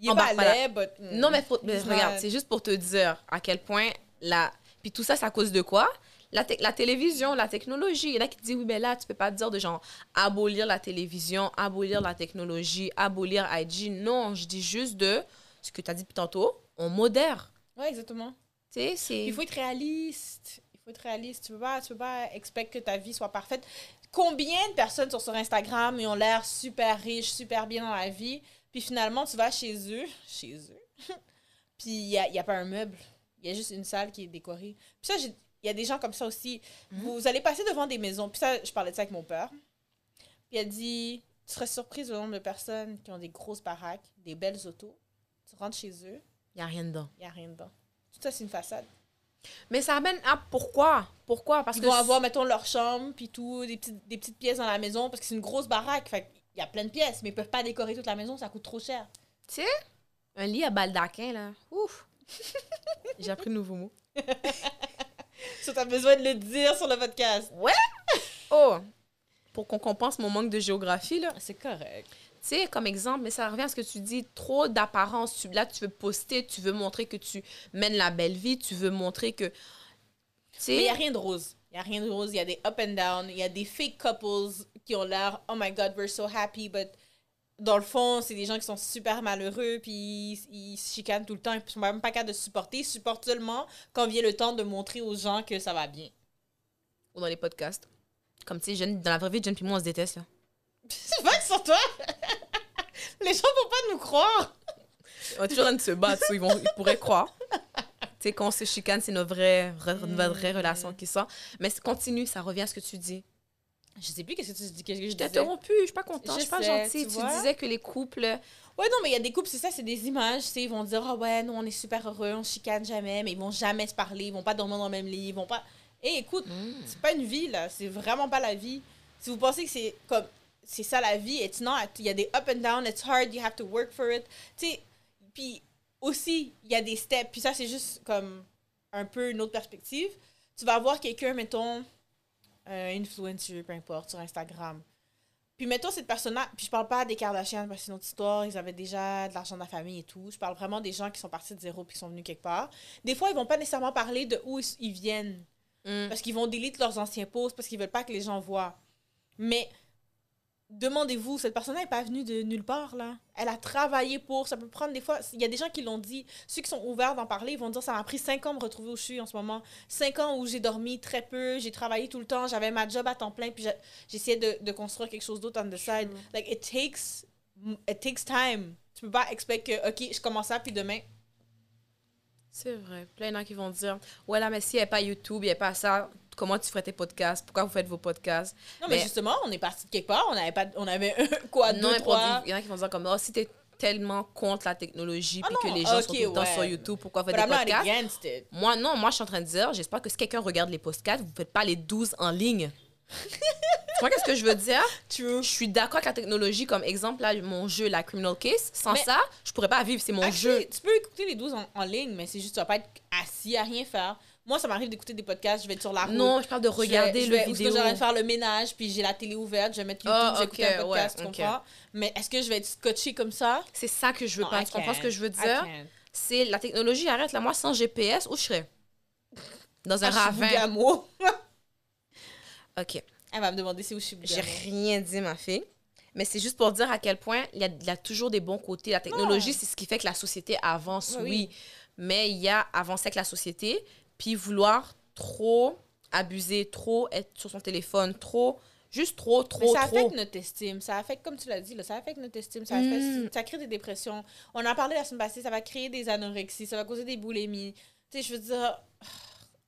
Il est embarque pas balai, but, mm. Non, mais, faut- Euh, mais He's regarde, not- c'est juste pour te dire à quel point la. Puis tout ça, c'est à cause de quoi? La, tec- la télévision, la technologie. Il y en a qui disent, oui, mais là, tu peux pas dire de genre abolir la télévision, abolir la technologie, abolir IG. Non, je dis juste de ce que tu as dit depuis tantôt, on modère. Ouais, exactement. Tu sais, c'est. Il faut être réaliste. Il faut être réaliste. Tu peux pas, tu peux pas expect que ta vie soit parfaite. Combien de personnes sont sur Instagram et ont l'air super riches, super bien dans la vie, puis finalement, tu vas chez eux, chez eux, puis il n'y a, il y a pas un meuble. Il y a juste une salle qui est décorée. Puis ça, j'ai- il y a des gens comme ça aussi. Vous allez passer devant des maisons. Puis ça, je parlais de ça avec mon père. Puis il a dit, tu serais surprise du nombre de personnes qui ont des grosses baraques, des belles autos. Tu rentres chez eux, Il n'y a rien dedans. il n'y a rien dedans. Tout ça, c'est une façade. Mais ça amène à pourquoi? Pourquoi? Parce Ils que. vont avoir, mettons, leur chambre, puis tout, des petites, des petites pièces dans la maison, parce que c'est une grosse baraque. Fait il y a plein de pièces, mais ils peuvent pas décorer toute la maison, ça coûte trop cher. Un lit à baldaquin, là. Ouf! J'ai appris de nouveaux mots. Ça, t'as besoin de le dire sur le podcast. Oh! Pour qu'on compense mon manque de géographie, là. C'est correct. Tu sais, comme exemple, mais ça revient à ce que tu dis, trop d'apparence. Tu- Là, tu veux poster, tu veux montrer que tu mènes la belle vie, tu veux montrer que. Tu Mais il sais, a rien de rose. Il a rien de rose, il y a des up and down, il y a des fake couples qui ont l'air « Oh my God, we're so happy », but dans le fond, c'est des gens qui sont super malheureux, puis ils, ils se chicanent tout le temps, ils sont même pas capables de supporter. Ils supportent seulement quand vient le temps de montrer aux gens que ça va bien. ou dans les podcasts. Comme, tu sais, Jeanne- dans la vraie vie, John et moi, on se déteste, là. C'est vrai que sur toi! Les gens vont pas nous croire! On est toujours en train de se battre, so ils, vont, ils pourraient croire. Tu sais, quand on se chicane, c'est nos vraies, re- nos vraies relations qui sortent. Mais c'est- continue, ça revient à ce que tu dis. Je sais plus qu'est-ce que tu dis. Qu'est-ce que je Je t'ai disais. interrompu, je suis pas contente, Je je suis pas sais, gentille. tu Tu, vois. disais que les couples. Ouais, non, mais il y a des couples, c'est ça, c'est des images. tu sais, Ils vont dire, ah ouais, nous, on est super heureux, on se chicane jamais, mais ils vont jamais se parler, ils vont pas dormir dans le même lit, ils vont pas. Et écoute, Mm. c'est pas une vie, là. C'est vraiment pas la vie. Si vous pensez que c'est comme. C'est ça la vie, it's not. Il y a des up and down, it's hard, you have to work for it. Tu sais, puis aussi, il y a des steps. Puis ça, c'est juste comme un peu une autre perspective. Tu vas voir quelqu'un, mettons, un influencer, peu importe, sur Instagram. Puis mettons cette personne-là, puis je parle pas des Kardashians parce que c'est une autre histoire, ils avaient déjà de l'argent de la famille et tout. Je parle vraiment des gens qui sont partis de zéro puis qui sont venus quelque part. Des fois, ils vont pas nécessairement parler de où ils- ils viennent Mm. parce qu'ils vont delete leurs anciens posts parce qu'ils veulent pas que les gens voient. Mais demandez-vous, cette personne-là n'est pas venue de nulle part là. Elle a travaillé pour, ça peut prendre des fois, il y a des gens qui l'ont dit, ceux qui sont ouverts d'en parler, ils vont dire ça m'a pris 5 ans de me retrouver où je suis en ce moment. 5 ans où j'ai dormi très peu, j'ai travaillé tout le temps, j'avais ma job à temps plein puis j'a- j'essayais de, de construire quelque chose d'autre on the side. True. Like it takes it takes time. Tu peux pas expecter que OK, je commence ça puis demain C'est vrai. Puis là, il y en a qui vont dire Ouais, là, mais si il n'y a pas YouTube, il n'y a pas ça, comment tu ferais tes podcasts Pourquoi vous faites vos podcasts non, mais, Mais- justement, on est parti de quelque part, on avait pas, on avait quoi, Non, Ah, deux, mais pour trois. dire- il y en a qui vont dire comme Oh, si tu es tellement contre la technologie, Ah puis non, que les gens sont ok, tout le temps ouais. sur YouTube, pourquoi vous But faites I'm des not podcasts against it. Moi, non, moi, je suis en train de dire, j'espère que si quelqu'un regarde les podcasts, vous ne faites pas les 12 en ligne. tu vois qu'est-ce que je veux dire? True. Je suis d'accord avec la technologie, comme exemple, là, mon jeu, la Criminal Case. Sans Mais- ça, je pourrais pas vivre, c'est mon Actually, jeu. Tu peux écouter les 12 en, en ligne, mais c'est juste tu vas pas être assis à rien faire. Moi, ça m'arrive d'écouter des podcasts, je vais être sur la route. Non, je parle de ah, Je vais- regarder je le vais- ou est-ce vidéo. que j'aurais faire le ménage, puis j'ai la télé ouverte, je vais mettre YouTube, Ah, je vais écouter ok, un podcast, ouais, tu ok. comprends? Mais est-ce que je vais être scotché comme ça? C'est ça que je veux Non, pas. I Tu comprends ce que can't. je veux I dire? can't. C'est la technologie, arrête là. Moi, sans GPS, où je serais? Dans un Ah, je suis ravin. bougamo. OK. Elle va me demander c'est où je suis J'ai bougamo. rien dit, ma fille. Mais c'est juste pour dire à quel point il y a, il y a toujours des bons côtés. La technologie, c'est ce qui fait que la société avance, Oui, oui. oui. Mais il y a avancer avec la société, puis vouloir trop abuser, trop être sur son téléphone, trop, juste trop, Mais trop, ça trop. Mm. affecte notre estime, ça affecte, comme tu l'as dit, là, ça affecte notre estime, ça, affecte- ça crée des dépressions. On en a parlé la semaine passée, ça va créer des anorexies, ça va causer des boulimies. Tu sais, je veux dire,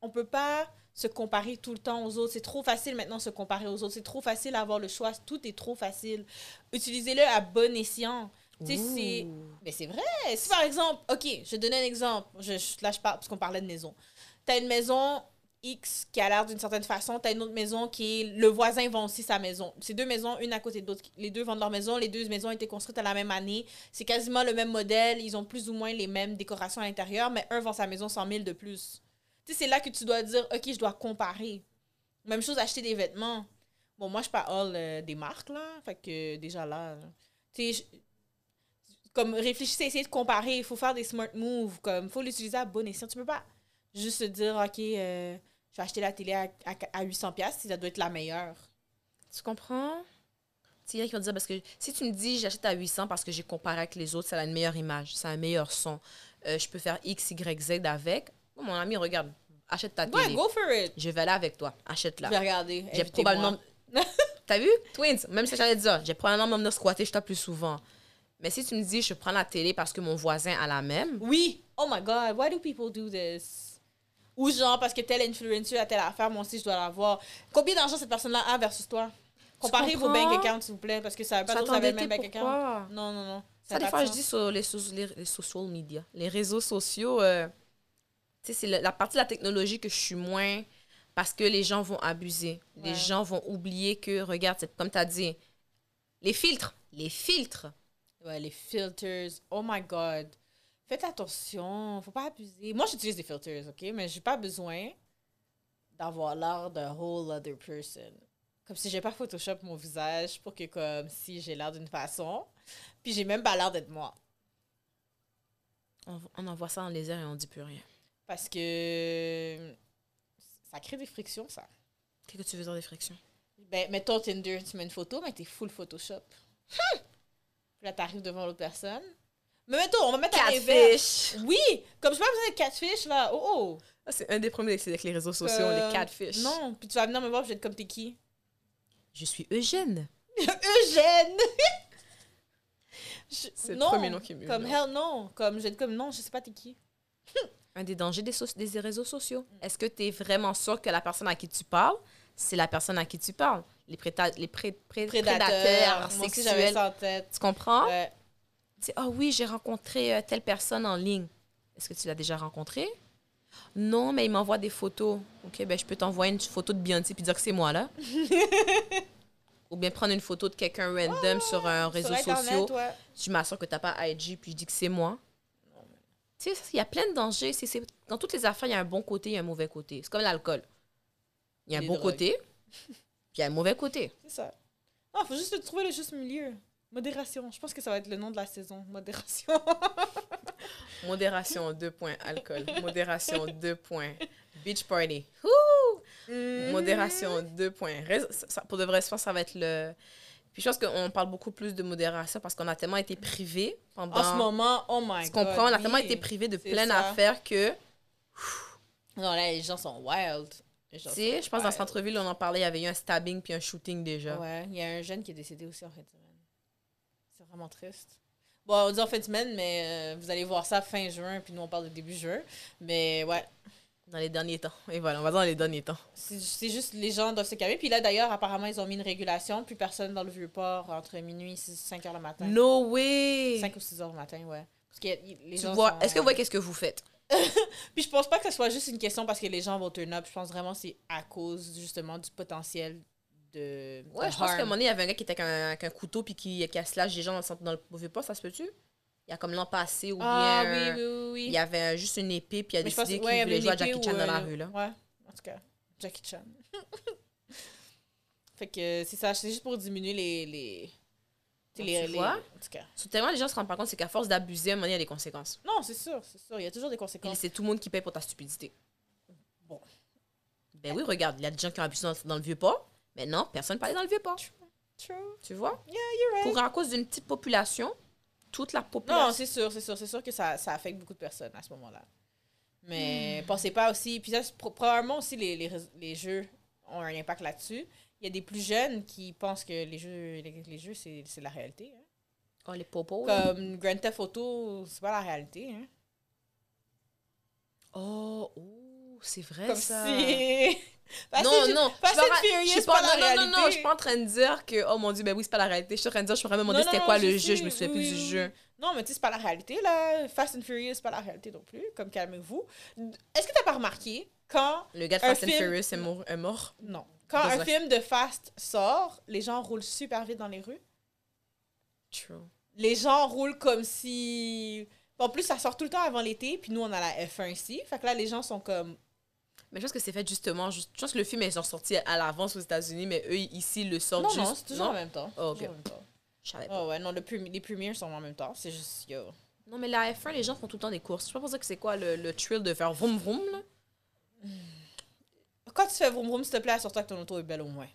on peut pas se comparer tout le temps aux autres. C'est trop facile maintenant de se comparer aux autres. C'est trop facile d'avoir le choix. Tout est trop facile. Utilisez-le à bon escient. Tu sais, Ouh. c'est... Mais c'est vrai. Si par exemple, OK, je vais donner un exemple. Je, je- là, je parle parce qu'on parlait de maison. T'as une maison X qui a l'air d'une certaine façon. T'as une autre maison qui est... Le voisin vend aussi sa maison. Ces deux maisons, une à côté de l'autre. Les deux vendent leur maison. Les deux maisons ont été construites à la même année. C'est quasiment le même modèle. Ils ont plus ou moins les mêmes décorations à l'intérieur, mais un vend sa maison 100 000 de plus. Tu sais, c'est là que tu dois dire, OK, je dois comparer. Même chose, acheter des vêtements. Bon, moi, je parle euh, des marques, là. Fait que, déjà là, là. tu sais, je- comme réfléchissez, essayez de comparer. Il faut faire des smart moves. Comme faut l'utiliser à bon escient. Tu peux pas juste se dire, OK, euh, je vais acheter la télé à, à, à 800$, si ça doit être la meilleure. Tu comprends? C'est qui vont dire parce que si tu me dis j'achète à 800 parce que j'ai comparé avec les autres, ça a une meilleure image, ça a un meilleur son, euh, je peux faire X, Y, Z avec. Bon, mon ami, regarde, achète ta Ouais, télé. go for it. Je vais là avec toi, Je achète-la. vais regarder. J'ai Invitez-moi. probablement. T'as vu? Twins, même si j'allais dire, j'ai probablement me venir squatter je toi plus souvent. Mais si tu me dis je prends la télé parce que mon voisin a la même, Oui. Oh my God, why do people do this? Ou genre, parce que tel influencer a telle affaire, moi aussi, je dois l'avoir. Combien d'argent cette personne-là a versus toi? Comparez vos comprends? bank accounts, s'il vous plaît, parce que ça ne veut pas tu vas dire que vous avez le t'endetter même bank account. pourquoi? Non, non, non. Ça, n'a des pas fois, de je sens. dis sur les, so- les, les social media, les réseaux sociaux, euh, tu sais, c'est la- la partie de la technologie que je suis moins parce que les gens vont abuser. Les Ouais. gens vont oublier que, regarde, c'est comme tu as dit, les filtres, les filtres. Ouais, les filters. Oh my God. Faites attention. Faut pas abuser. Moi, j'utilise des filters, OK? Mais j'ai pas besoin d'avoir l'air d'un whole other person. Comme si j'ai pas Photoshop mon visage pour que, comme si j'ai l'air d'une façon. Puis j'ai même pas l'air d'être moi. On, on envoie ça dans les airs et on dit plus rien. Parce que ça crée des frictions, ça. Qu'est-ce que tu veux dire des frictions? Ben, mettons Tinder, tu mets une photo, mais t'es full Photoshop. Hum! Puis là, t'arrives devant l'autre personne. Mais mettons, on va mettre à l'envers. Catfish! Oui! Comme j'ai pas besoin de catfish, là. Oh, oh! Ah, C'est un des premiers excès avec les réseaux sociaux, Euh, les catfish. Non, puis tu vas venir me voir, je vais être comme t'es qui? Je suis Eugène. Eugène! Je- C'est le non, premier nom qui me vient. Comme hell non, comme je vais être comme non, je sais pas t'es qui. Un des dangers des, so- des réseaux sociaux. Est-ce que tu es vraiment sûr que la personne à qui tu parles, c'est la personne à qui tu parles? Les, préta- les pré- pré- prédateurs, moi aussi j'avais sexuels. ça en tête. Tu comprends? Ouais. Tu dis, ah oui, j'ai rencontré euh, telle personne en ligne. Est-ce que tu l'as déjà rencontrée? Non, mais il m'envoie des photos. OK, ben je peux t'envoyer une photo de Beyoncé puis dire que c'est moi là. Ou bien prendre une photo de quelqu'un random sur un réseau Ah, Sur Internet, social. ouais. Je m'assure que t'as pas IG puis je dis que c'est moi. Tu sais, il y a plein de dangers. C'est- c'est- dans toutes les affaires, il y a un bon côté, il y a un mauvais côté. C'est comme l'alcool. Il y a un Les bon drogues. côté, puis il y a un mauvais côté. C'est ça. Non, faut juste trouver le juste milieu. Modération. Je pense que ça va être le nom de la saison. Modération. Modération, deux points. Alcool. Modération, deux points. Beach party. Hmm. Modération, deux points. Rais- ça- ça- pour de vrai, je pense que ça va être le. Puis je pense qu'on parle beaucoup plus de modération parce qu'on a tellement été privés pendant. En ce moment, oh my Tu god. comprends? On a oui. tellement été privés de c'est ça. plein d'affaires que. Non, là, les gens sont wild. Les Tu gens sont sais, je pense que dans wild. cette entrevue, là, on en parlait, il y avait eu un stabbing puis un shooting déjà. Ouais, il y a un jeune qui est décédé aussi en fin de semaine. C'est vraiment triste. Bon, on dit en fin de semaine, mais euh, vous allez voir ça fin juin, puis nous on parle de début juin. Mais ouais, Dans les derniers temps. Et voilà, on va dire dans les derniers temps. c'est ju- c'est juste les gens doivent se calmer. Puis là d'ailleurs, apparemment, ils ont mis une régulation, plus personne dans le vieux port entre minuit et 5 heures le matin. No way! 5 ou 6 heures le matin, ouais. Parce que y- les Tu gens vois, sont- est-ce que vous voyez qu'est-ce que vous faites? Puis je pense pas que ce soit juste une question parce que les gens vont turn up. Je pense vraiment que c'est à cause justement du potentiel de. Ouais, de je pense qu'à un harm. moment donné, il y avait un gars qui était avec un, avec un couteau puis qui, qui a slash des gens dans le, centre- dans le mauvais pas, ça se peut-tu? Il y a comme l'an passé ou bien. Ah oui, un- oui, oui, oui. Il y avait un- juste une épée puis il a Mais je pense décidé qu'il ouais, il y avait voulait une jouer à épée Jackie Chan ou, dans la euh, rue, là. Ouais, en tout cas, Jackie Chan. fait que euh, c'est ça, c'est juste pour diminuer les. les... Ah, tu vois? en tout cas. C'est tellement les gens se rendent pas compte, c'est qu'à force d'abuser, à un moment donné, il y a des conséquences. Non, c'est sûr, c'est sûr. Il y a toujours des Et conséquences. c'est tout le monde qui paye pour ta stupidité. Bon. Ben oui, regarde, il y a des gens qui ont abusé dans, dans le vieux pas. Mais non, personne parlait dans le vieux pas. True. Tu vois? right. Pour à cause d'une petite population, toute la Non, population. c'est sûr, c'est sûr. C'est sûr que ça, ça affecte beaucoup de personnes à ce moment-là. Hmm. Mais pensez pas aussi. Puis ça, c'est pro- probablement aussi, les, les, rés- les jeux ont un impact là-dessus. Il y a des plus jeunes qui pensent que les jeux, les, les jeux c'est c'est la réalité. hein. Oh, les popos. là. Comme Grand Theft Auto, c'est pas la réalité. Hein. Oh, oh, c'est vrai Comme ça. si. Fast non, and- non, Fast je suis and pas- Furious, je suis c'est pas, pas non, la non, non, réalité. non, je suis pas en train de dire que, oh mon dieu, ben oui, c'est pas la réalité. Je suis en train de dire, je suis vraiment demandé Non, non, c'était non, quoi je le jeu, je sais, me souviens oui, plus oui, du oui. jeu. Non, mais tu sais, c'est pas la réalité, là. Fast and Furious, c'est pas la réalité non plus. Comme calmez-vous. Est-ce que t'as pas remarqué quand. Le gars de Un Fast and film- Furious est mort. Est mort. Non. Quand Dans un un- film de Fast sort, les gens roulent super vite dans les rues. True. Les gens roulent comme si. En plus, ça sort tout le temps avant l'été, puis nous, on a la F1 ici. Fait que là, les gens sont comme. Mais je pense que c'est fait justement. juste- Je pense que le film est genre sorti à l'avance aux États-Unis, mais eux, ici, ils le sortent non, juste. non, c'est toujours en même temps. Oh, C'est toujours en même temps. Je savais pas. Oh ouais, non, le premi- les premiers sont en même temps. C'est juste, yo. Non, mais la F1, les gens font tout le temps des courses. Je sais pas pour ça que c'est quoi le, le thrill de faire vroom vroom, là. Quand tu fais vroom vroom, s'il te plaît, assure-toi que ton auto est belle au moins.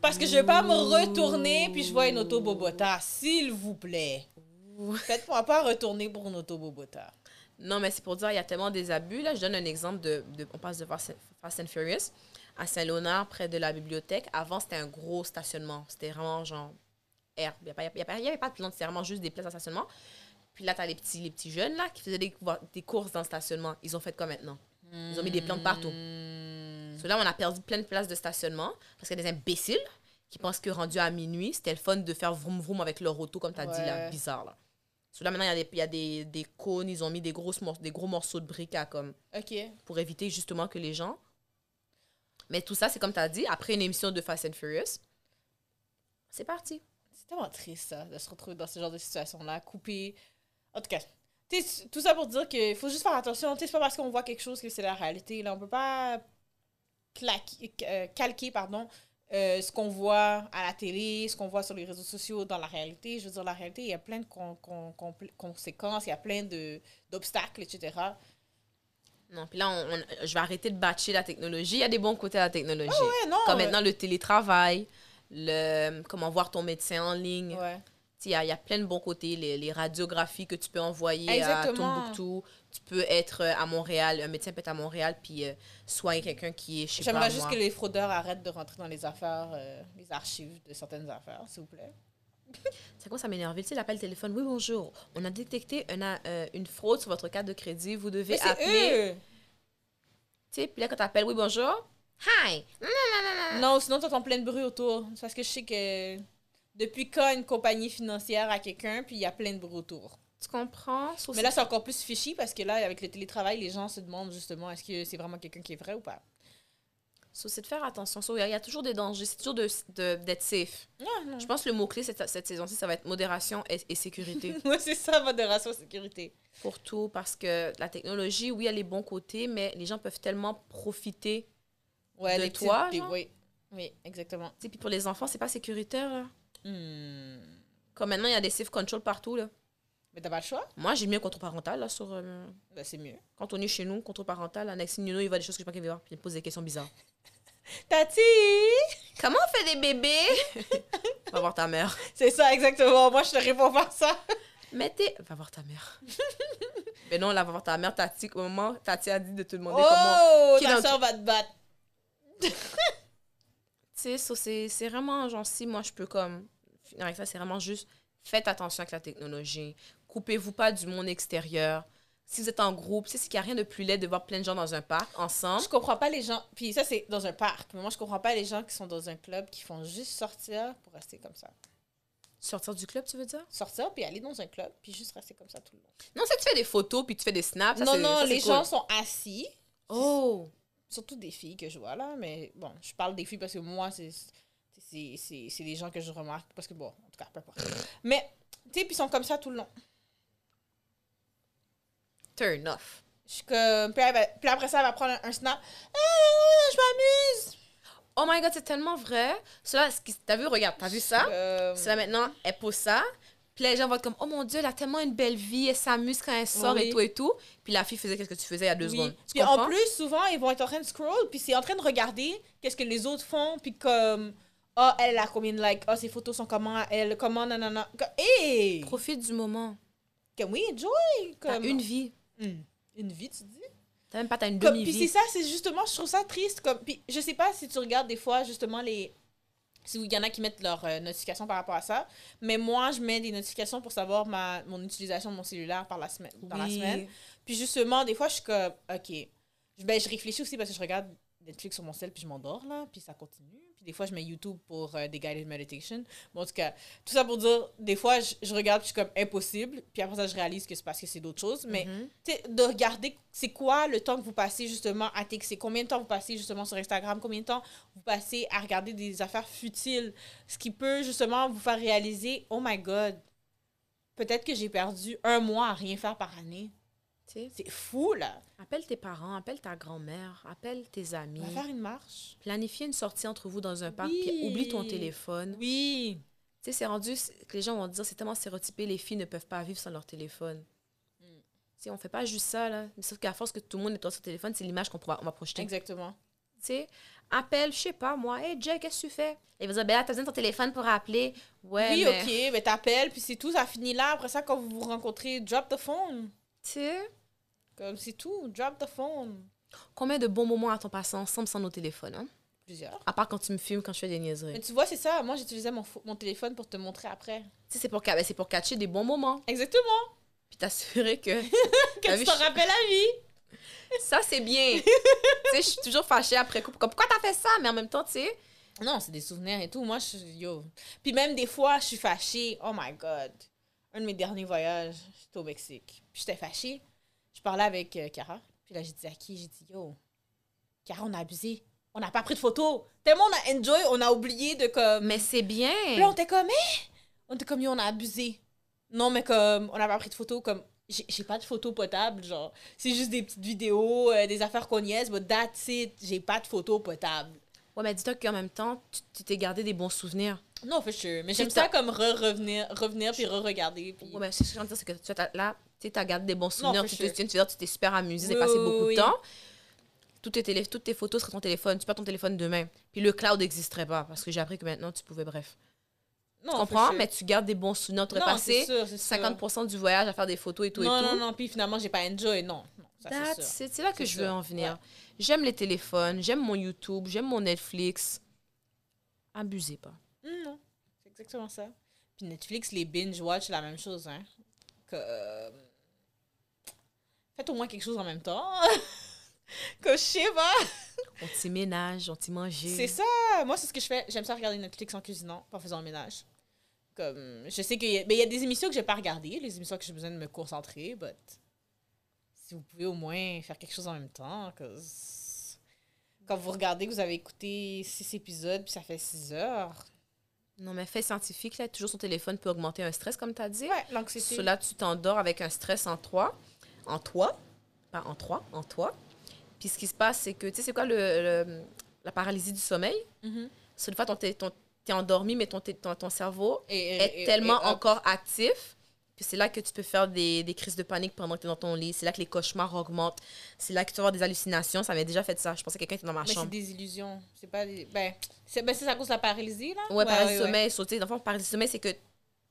Parce que je vais pas me retourner puis je vois une auto Bobota, s'il vous plaît. Ouh. Faites-moi pas retourner pour une auto Bobota. Non, mais c'est pour dire, il y a tellement des abus. Là, je donne un exemple de. de- on passe de Fast Fast and Furious à Saint-Léonard, près de la bibliothèque. Avant, c'était un gros stationnement. C'était vraiment genre. Air. Il n'y avait pas de plan, c'était vraiment juste des places à stationnement. Puis là, tu as les petits, les petits jeunes là, qui faisaient des, cour- des courses dans le stationnement. Ils ont fait comme maintenant. Ils ont mis des plantes partout. Hmm. So, là, on a perdu plein de places de stationnement parce qu'il y a des imbéciles qui pensent que rendu à minuit, c'était le fun de faire vroom vroom avec leur auto, comme tu as dit là, Ouais. bizarre là. So, là, maintenant, il y a, des, il y a des, des cônes, ils ont mis des, grosses mor- des gros morceaux de briques à comme Ok. pour éviter justement que les gens. Mais tout ça, c'est comme tu as dit, après une émission de Fast and Furious, c'est parti. C'est tellement triste, ça, de se retrouver dans ce genre de situation-là, coupé. En tout cas, tu sais, tout ça pour dire qu'il faut juste faire attention. Tu sais, C'est pas parce qu'on voit quelque chose que c'est la réalité. Là, on peut pas claquer, euh, calquer pardon, euh, ce qu'on voit à la télé, ce qu'on voit sur les réseaux sociaux dans la réalité. Je veux dire, la réalité, il y a plein de con- con- compl- conséquences, il y a plein de- d'obstacles, etc. Non, puis là, on- on- je vais arrêter de batcher la technologie. Il y a des bons côtés à la technologie. Ah Ouais, non. Comme maintenant le télétravail, le comment voir ton médecin en ligne. euh, Ouais. Tu sais, Il y, a- il y a plein de bons côtés, les, les radiographies que tu peux envoyer Exactement. à Tombouctou. Tu peux être euh, à Montréal, un médecin peut être à Montréal, puis euh, soigner quelqu'un qui est chez J'aimerais juste que les fraudeurs arrêtent de rentrer dans les affaires, euh, les archives de certaines affaires, s'il vous plaît. Ça commence à m'énerver. Tu sais, l'appel téléphone. Oui, bonjour. On a détecté un a- euh, une fraude sur votre carte de crédit. Vous devez Mais appeler. c'est eux! Tu sais, puis là, quand t'appelles, oui, bonjour. Hi. Non, sinon t'entends plein de bruit autour. C'est parce que je sais que depuis quand une compagnie financière à quelqu'un, puis il y a plein de bruit autour. Tu comprends? So, Mais là, c'est encore plus fishy parce que là, avec le télétravail, les gens se demandent justement est-ce que c'est vraiment quelqu'un qui est vrai ou pas. So, c'est de faire attention. So, Il y, a- il y a toujours des dangers. C'est toujours de- de- d'être safe. Non, non. Je pense que le mot-clé cette, cette saison-ci, ça va être modération et, et sécurité Moi, c'est ça, modération, sécurité. pour tout. Parce que la technologie, oui, elle a les bons côtés, mais les gens peuvent tellement profiter. Ouais, De les petites- toi, des- genre? oui. Oui, exactement. Tu sais, puis pour les enfants, c'est pas sécuritaire. Là. Hmm. Comme maintenant, il y a des safe control partout. Là. Mais t'as pas le choix? Moi, j'ai mis un contrôle parental là, sur euh, Ben, c'est mieux. quand on est chez nous, contrôle parental, la next thing you know, il voit des choses que je sais pas qu'il va voir, puis il me pose des questions bizarres. Tati! Comment on fait des bébés Va voir ta mère. C'est ça, exactement. Moi, je te réponds par ça. Mais t'es. Va voir ta mère. Mais non, là, va voir ta mère, Tati. Au moment, Tati a dit de te demander comment. Oh! Qui Ta dans- soeur va te battre. Tu sais, so, c'est c'est vraiment genre si moi je peux comme. finir avec ça, c'est vraiment juste faites attention avec la technologie. Coupez-vous pas du monde extérieur. Si vous êtes en groupe, tu sais, c'est qu'il n'y a rien de plus laid de voir plein de gens dans un parc ensemble. Je comprends pas les gens. Puis ça, c'est dans un parc. Mais moi, je comprends pas les gens qui sont dans un club qui font juste sortir pour rester comme ça. Sortir du club, tu veux dire? Sortir, puis aller dans un club, puis juste rester comme ça tout le long. Non, ça, tu fais des photos, puis tu fais des snaps. ça, non, c'est- non, ça, c'est les cool. gens sont assis. Oh! Surtout des filles que je vois là. Mais bon, je parle des filles parce que moi, c'est. C'est c'est- c'est les gens que je remarque. Parce que bon, en tout cas, peu importe. Mais, tu sais, puis ils sont comme ça tout le long. Turn off. Je suis comme. Puis, elle va- puis après ça, elle va prendre un, un snap. Ah, je m'amuse! Oh my god, c'est tellement vrai. Cela, ce qui- t'as vu, regarde, t'as vu ça? Euh, Cela maintenant, elle pose ça. Puis là, les gens vont être comme, oh mon dieu, elle a tellement une belle vie, elle s'amuse quand elle sort Oui. et tout et tout. Puis la fille faisait qu'est-ce que tu faisais il y a deux Oui. secondes. Tu Puis en comprends? plus, souvent, ils vont être en train de scroll, puis c'est en train de regarder qu'est-ce que les autres font, puis comme, oh, elle a combien de likes, oh, ses photos sont comment, elle, comment, nanana. Comme, Hey! Profite du moment. Comme, oui, enjoy! T'as Comme, une vie. Hmm. Une vie, tu dis? T'as même pas, t'as une Comme, puis c'est demi-vie. ça, c'est justement, je trouve ça triste. Comme, puis je sais pas si tu regardes des fois, justement, les. Si il y en a qui mettent leurs euh, notifications par rapport à ça, mais moi, je mets des notifications pour savoir ma, mon utilisation de mon cellulaire par la semaine, dans la Oui. semaine. Puis justement, des fois, je suis comme, OK. Je- Ben, je réfléchis aussi parce que je regarde Netflix sur mon cell, puis je m'endors, là, puis ça continue. Puis des fois, je mets YouTube pour euh, des guided meditation. Bon, en tout cas, tout ça pour dire, des fois, je, je regarde, puis je suis comme impossible. Puis après ça, je réalise que c'est parce que c'est d'autres choses. Mais Mhm. tu sais, de regarder c'est quoi le temps que vous passez justement à texter, combien de temps vous passez justement sur Instagram, combien de temps vous passez à regarder des affaires futiles, ce qui peut justement vous faire réaliser, oh my god, peut-être que j'ai perdu un mois à rien faire par année. Tu sais, C'est fou là. Appelle tes parents, appelle ta grand-mère, appelle tes amis. On va faire une marche. Planifiez une sortie entre vous dans un parc, Oui. puis oublie ton téléphone. Oui. Tu sais, c'est rendu c- que les gens vont dire c'est tellement stéréotypé, les filles ne peuvent pas vivre sans leur téléphone. Mm. Tu sais, on fait pas juste ça, là. Mais sauf qu'à force que tout le monde est sur son téléphone, c'est l'image qu'on pourra- on va projeter. Tu Exactement. sais, appelle, je sais pas, moi, hey Jay, qu'est-ce que tu fais? Et il va dire, ben là, t'as besoin de ton téléphone pour appeler. Ouais, oui, mais- ok, mais t'appelles, puis c'est tout, ça finit là. Après ça, quand vous vous rencontrez, drop the phone. Tu sais, Comme c'est tout, drop the phone. combien de bons moments a-t-on passé ensemble sans nos téléphones, hein? Plusieurs. À part quand tu me filmes, quand je fais des Mais niaiseries. Tu tu vois, c'est ça. Moi, j'utilisais mon, fo- mon téléphone pour te montrer après. sais, c'est pour, ca- ben, c'est pour catcher des bons moments. Exactement. Puis t'assurer que Que T'as tu vu, t'en Ah je- rappelles la vie. ça, c'est bien. tu sais, je suis toujours fâchée après coup. Comme, pourquoi t'as fait ça? Mais en même temps, tu sais, Non, c'est des souvenirs et tout. Moi, je suis. Yo. Puis même des fois, je suis fâchée. Oh my God. Un de mes derniers voyages, j'étais au Mexique. Puis j'étais fâchée. Je parlais avec euh, Cara. Puis là, j'ai dit à qui J'ai dit, yo, Cara, on a abusé. On n'a pas pris de photos. Tellement on a enjoy, on a oublié de comme. mais c'est bien. Puis là, on était comme, eh! On était comme, yo, on a abusé. Non, mais comme, on n'a pas pris de photos, comme, j'ai j'ai pas de photos potables, genre. C'est juste des petites vidéos, euh, des affaires qu'on niaise, but that's it. J'ai pas de photos potables. Ouais, mais dis-toi qu'en même temps, tu- tu t'es gardé des bons souvenirs. Non, for sure. Mais j'aime ça. ça comme re-revenir, revenir puis re-regarder. Puis... Ouais, mais c'est ce que je veux dire, c'est que tu vois, t'as- là, tu sais, t'as gardé des bons souvenirs. for tu, te- sure. tu te- tu t'es super amusé, t'as Oui, passé oui, beaucoup oui. de temps. Toutes tes, télé- toutes tes photos seraient ton téléphone. Tu perds ton téléphone demain. Puis le cloud n'existerait pas parce que j'ai appris que maintenant, tu pouvais, bref. non, Tu for comprends? sure. Mais tu gardes des bons souvenirs. Tu aurais Non, c'est passé sûr, c'est sûr. 50% du voyage à faire des photos et tout Non, et tout. non, non, puis finalement, j'ai pas enjoy, non. non ça, Bah, c'est sûr. That's it. C'est là que C'est je veux sûr, en venir. ouais. J'aime les téléphones, j'aime mon YouTube, j'aime mon Netflix. Abusez pas. Hmm, non, c'est exactement ça. Puis Netflix, les binge-watch, c'est la même chose, hein. Que, euh, Faites au moins quelque chose en même temps. que je sais pas. On t'y ménage, on t'y mange. C'est ça. Moi, c'est ce que je fais. J'aime ça regarder Netflix en cuisinant, en faisant le ménage. Comme, je sais qu'il y, a... mais il y a des émissions que j'ai pas regardées, les émissions que j'ai besoin de me concentrer, but si vous pouvez au moins faire quelque chose en même temps, cause quand vous regardez, que vous avez écouté six épisodes, puis ça fait six heures. Non, mais fait scientifique, là, toujours son téléphone peut augmenter un stress, comme tu as dit. Ouais, l'anxiété. Cela, tu t'endors avec un stress en toi. En toi. Pas en toi, en toi. Puis ce qui se passe, c'est que, tu sais, c'est quoi le, le- la paralysie du sommeil? Mhm. C'est une fois, ton t'es ton- t'es endormi, mais ton, t'es- ton, ton cerveau Et- et- est et- tellement et- encore actif. Puis c'est là que tu peux faire des, des crises de panique pendant que tu es dans ton lit. C'est là que les cauchemars augmentent. C'est là que tu vas avoir des hallucinations. Ça m'avait déjà fait ça. Je pensais que quelqu'un était dans ma Mais c'est chambre. des illusions. C'est pas des... Ben, c'est ben, c'est à cause de la paralysie, là? Ouais, paralysie du sommeil. Sauter. Dans le fond, paralysie du sommeil, c'est que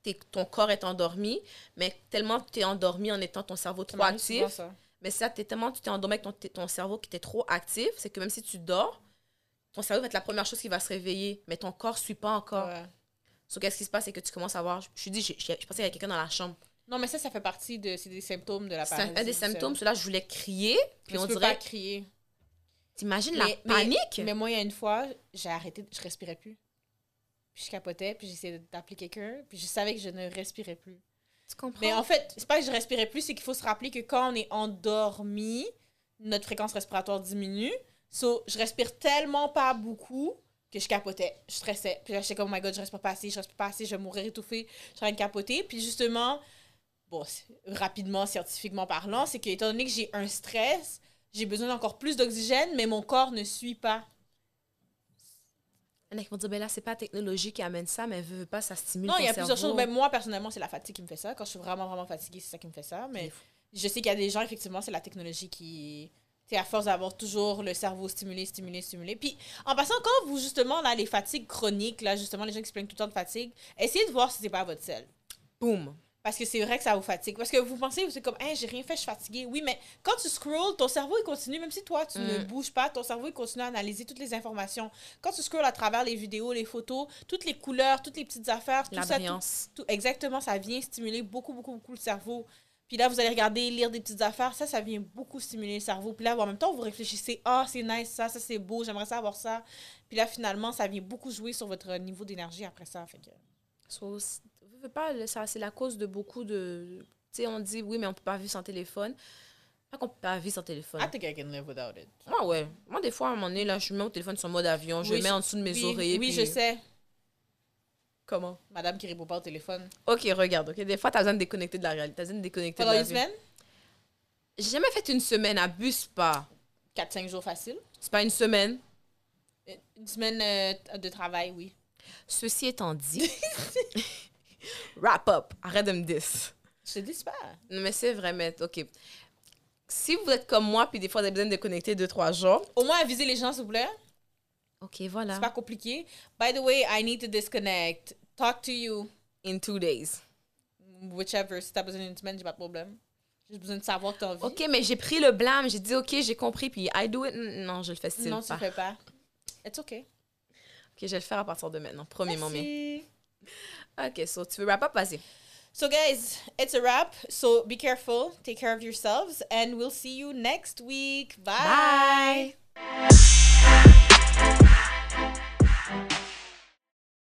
t'es- ton corps est endormi, mais tellement tu t'es endormi en étant ton cerveau Ça trop m'arrive souvent, actif. ça. Mais ça, t'es tellement tu t'es endormi avec ton, t- ton cerveau qui était trop actif, c'est que même si tu dors, ton cerveau va être la première chose qui va se réveiller, mais ton corps suit pas encore. Ouais. So, qu'est-ce qui se passe, c'est que tu commences à voir. Je je suis dit, j'ai- j'ai- je pensais qu'il y avait quelqu'un dans la chambre. Non, mais ça, ça fait partie de... C'est des symptômes de la C'est paralysie. un, un du des sommeil. symptômes. Cela, je voulais crier. Puis Mais on tu peux dirait, pas crier. t'imagines la Mais- mais- panique? Mais moi, il y a une fois, j'ai arrêté, je respirais plus. Puis je capotais, puis j'essayais d'appeler quelqu'un, puis je savais que je ne respirais plus. tu comprends? Mais en fait, c'est pas que je respirais plus, c'est qu'il faut se rappeler que quand on est endormi, notre fréquence respiratoire diminue. So, je respire tellement pas beaucoup que je capotais, je stressais. Puis là, j'étais comme, oh my god, je respire pas assez, je respire pas assez, je vais mourir étouffée, je suis en train de capoter. Puis justement, bon, c'est- rapidement, scientifiquement parlant, c'est que étant donné que j'ai un stress, j'ai besoin d'encore plus d'oxygène, mais mon corps ne suit pas. Il y en a qui vont dire, ben là, c'est pas la technologie qui amène ça, mais veut, veut pas, ça stimule Non, ton il y a plusieurs cerveau. choses. ben, Même moi, personnellement, c'est la fatigue qui me fait ça. Quand je suis vraiment, vraiment fatiguée, c'est ça qui me fait ça. Mais C'est fou. je sais qu'il y a des gens, effectivement, c'est la technologie qui. Tu sais, à force d'avoir toujours le cerveau stimulé, stimulé, stimulé. Puis, en passant, quand vous, justement, là, les fatigues chroniques, là, justement, les gens qui se plaignent tout le temps de fatigue, essayez de voir si c'est pas votre sel. Boum. Parce que c'est vrai que ça vous fatigue. Parce que vous pensez, vous êtes comme, hein, j'ai rien fait, je suis fatiguée. Oui, mais quand tu scrolls, ton cerveau, il continue, même si toi, tu ne Mm. bouges pas, ton cerveau, il continue à analyser toutes les informations. Quand tu scrolls à travers les vidéos, les photos, toutes les couleurs, toutes les petites affaires, tout La ça, tout- brillance. tout- exactement, ça vient stimuler beaucoup, beaucoup, beaucoup le cerveau. Puis là, vous allez regarder, lire des petites affaires, ça, ça vient beaucoup stimuler le cerveau. Puis là, en même temps, vous réfléchissez, ah, c'est nice ça, ça c'est beau, j'aimerais ça avoir ça. Puis là, finalement, ça vient beaucoup jouer sur votre niveau d'énergie après ça. Fait que... So, c'est- veut, veut pas, le- ça, c'est la cause de beaucoup de... Tu sais, on dit, oui, mais on peut pas vivre sans téléphone. Pas qu'on peut pas vivre sans téléphone. I think I can live without it. Moi, ouais. Moi, des fois, à un moment donné, là, je mets mon téléphone sur mode avion, je Oui, le mets je- en dessous de mes oui, oreilles. oui puis- je sais. Comment? Madame qui répond pas au téléphone. OK, regarde. OK, des fois, t'as besoin de déconnecter de la réalité. T'as besoin de déconnecter Pendant de la une vie. semaine, J'ai jamais fait une semaine, abuse pas. 4-5 jours facile. C'est pas une semaine. Une semaine euh, de travail, oui. Ceci étant dit, wrap up. Arrête de me dis. Je te dis pas. Non, mais c'est vrai, mais OK. Si vous êtes comme moi, puis des fois, vous avez besoin de connecter deux, trois jours. Au moins, aviser les gens, s'il vous plaît. OK, voilà. C'est pas compliqué. By the way, I need to disconnect. Talk to you. In two days. Whichever. Si t'as besoin d'une semaine, j'ai pas de problème. J'ai juste besoin de savoir que t'as envie. OK, mais j'ai pris le blâme. J'ai dit, OK, j'ai compris, puis I do it. Mm, Non, je le fais still Non, tu pas. le fais pas. It's okay. OK, je vais le faire à partir de maintenant. Premier moment. Merci. OK, so tu veux wrap up? Vas-y. So, guys, it's a wrap. So, be careful, take care of yourselves, and we'll see you next week. Bye. Bye.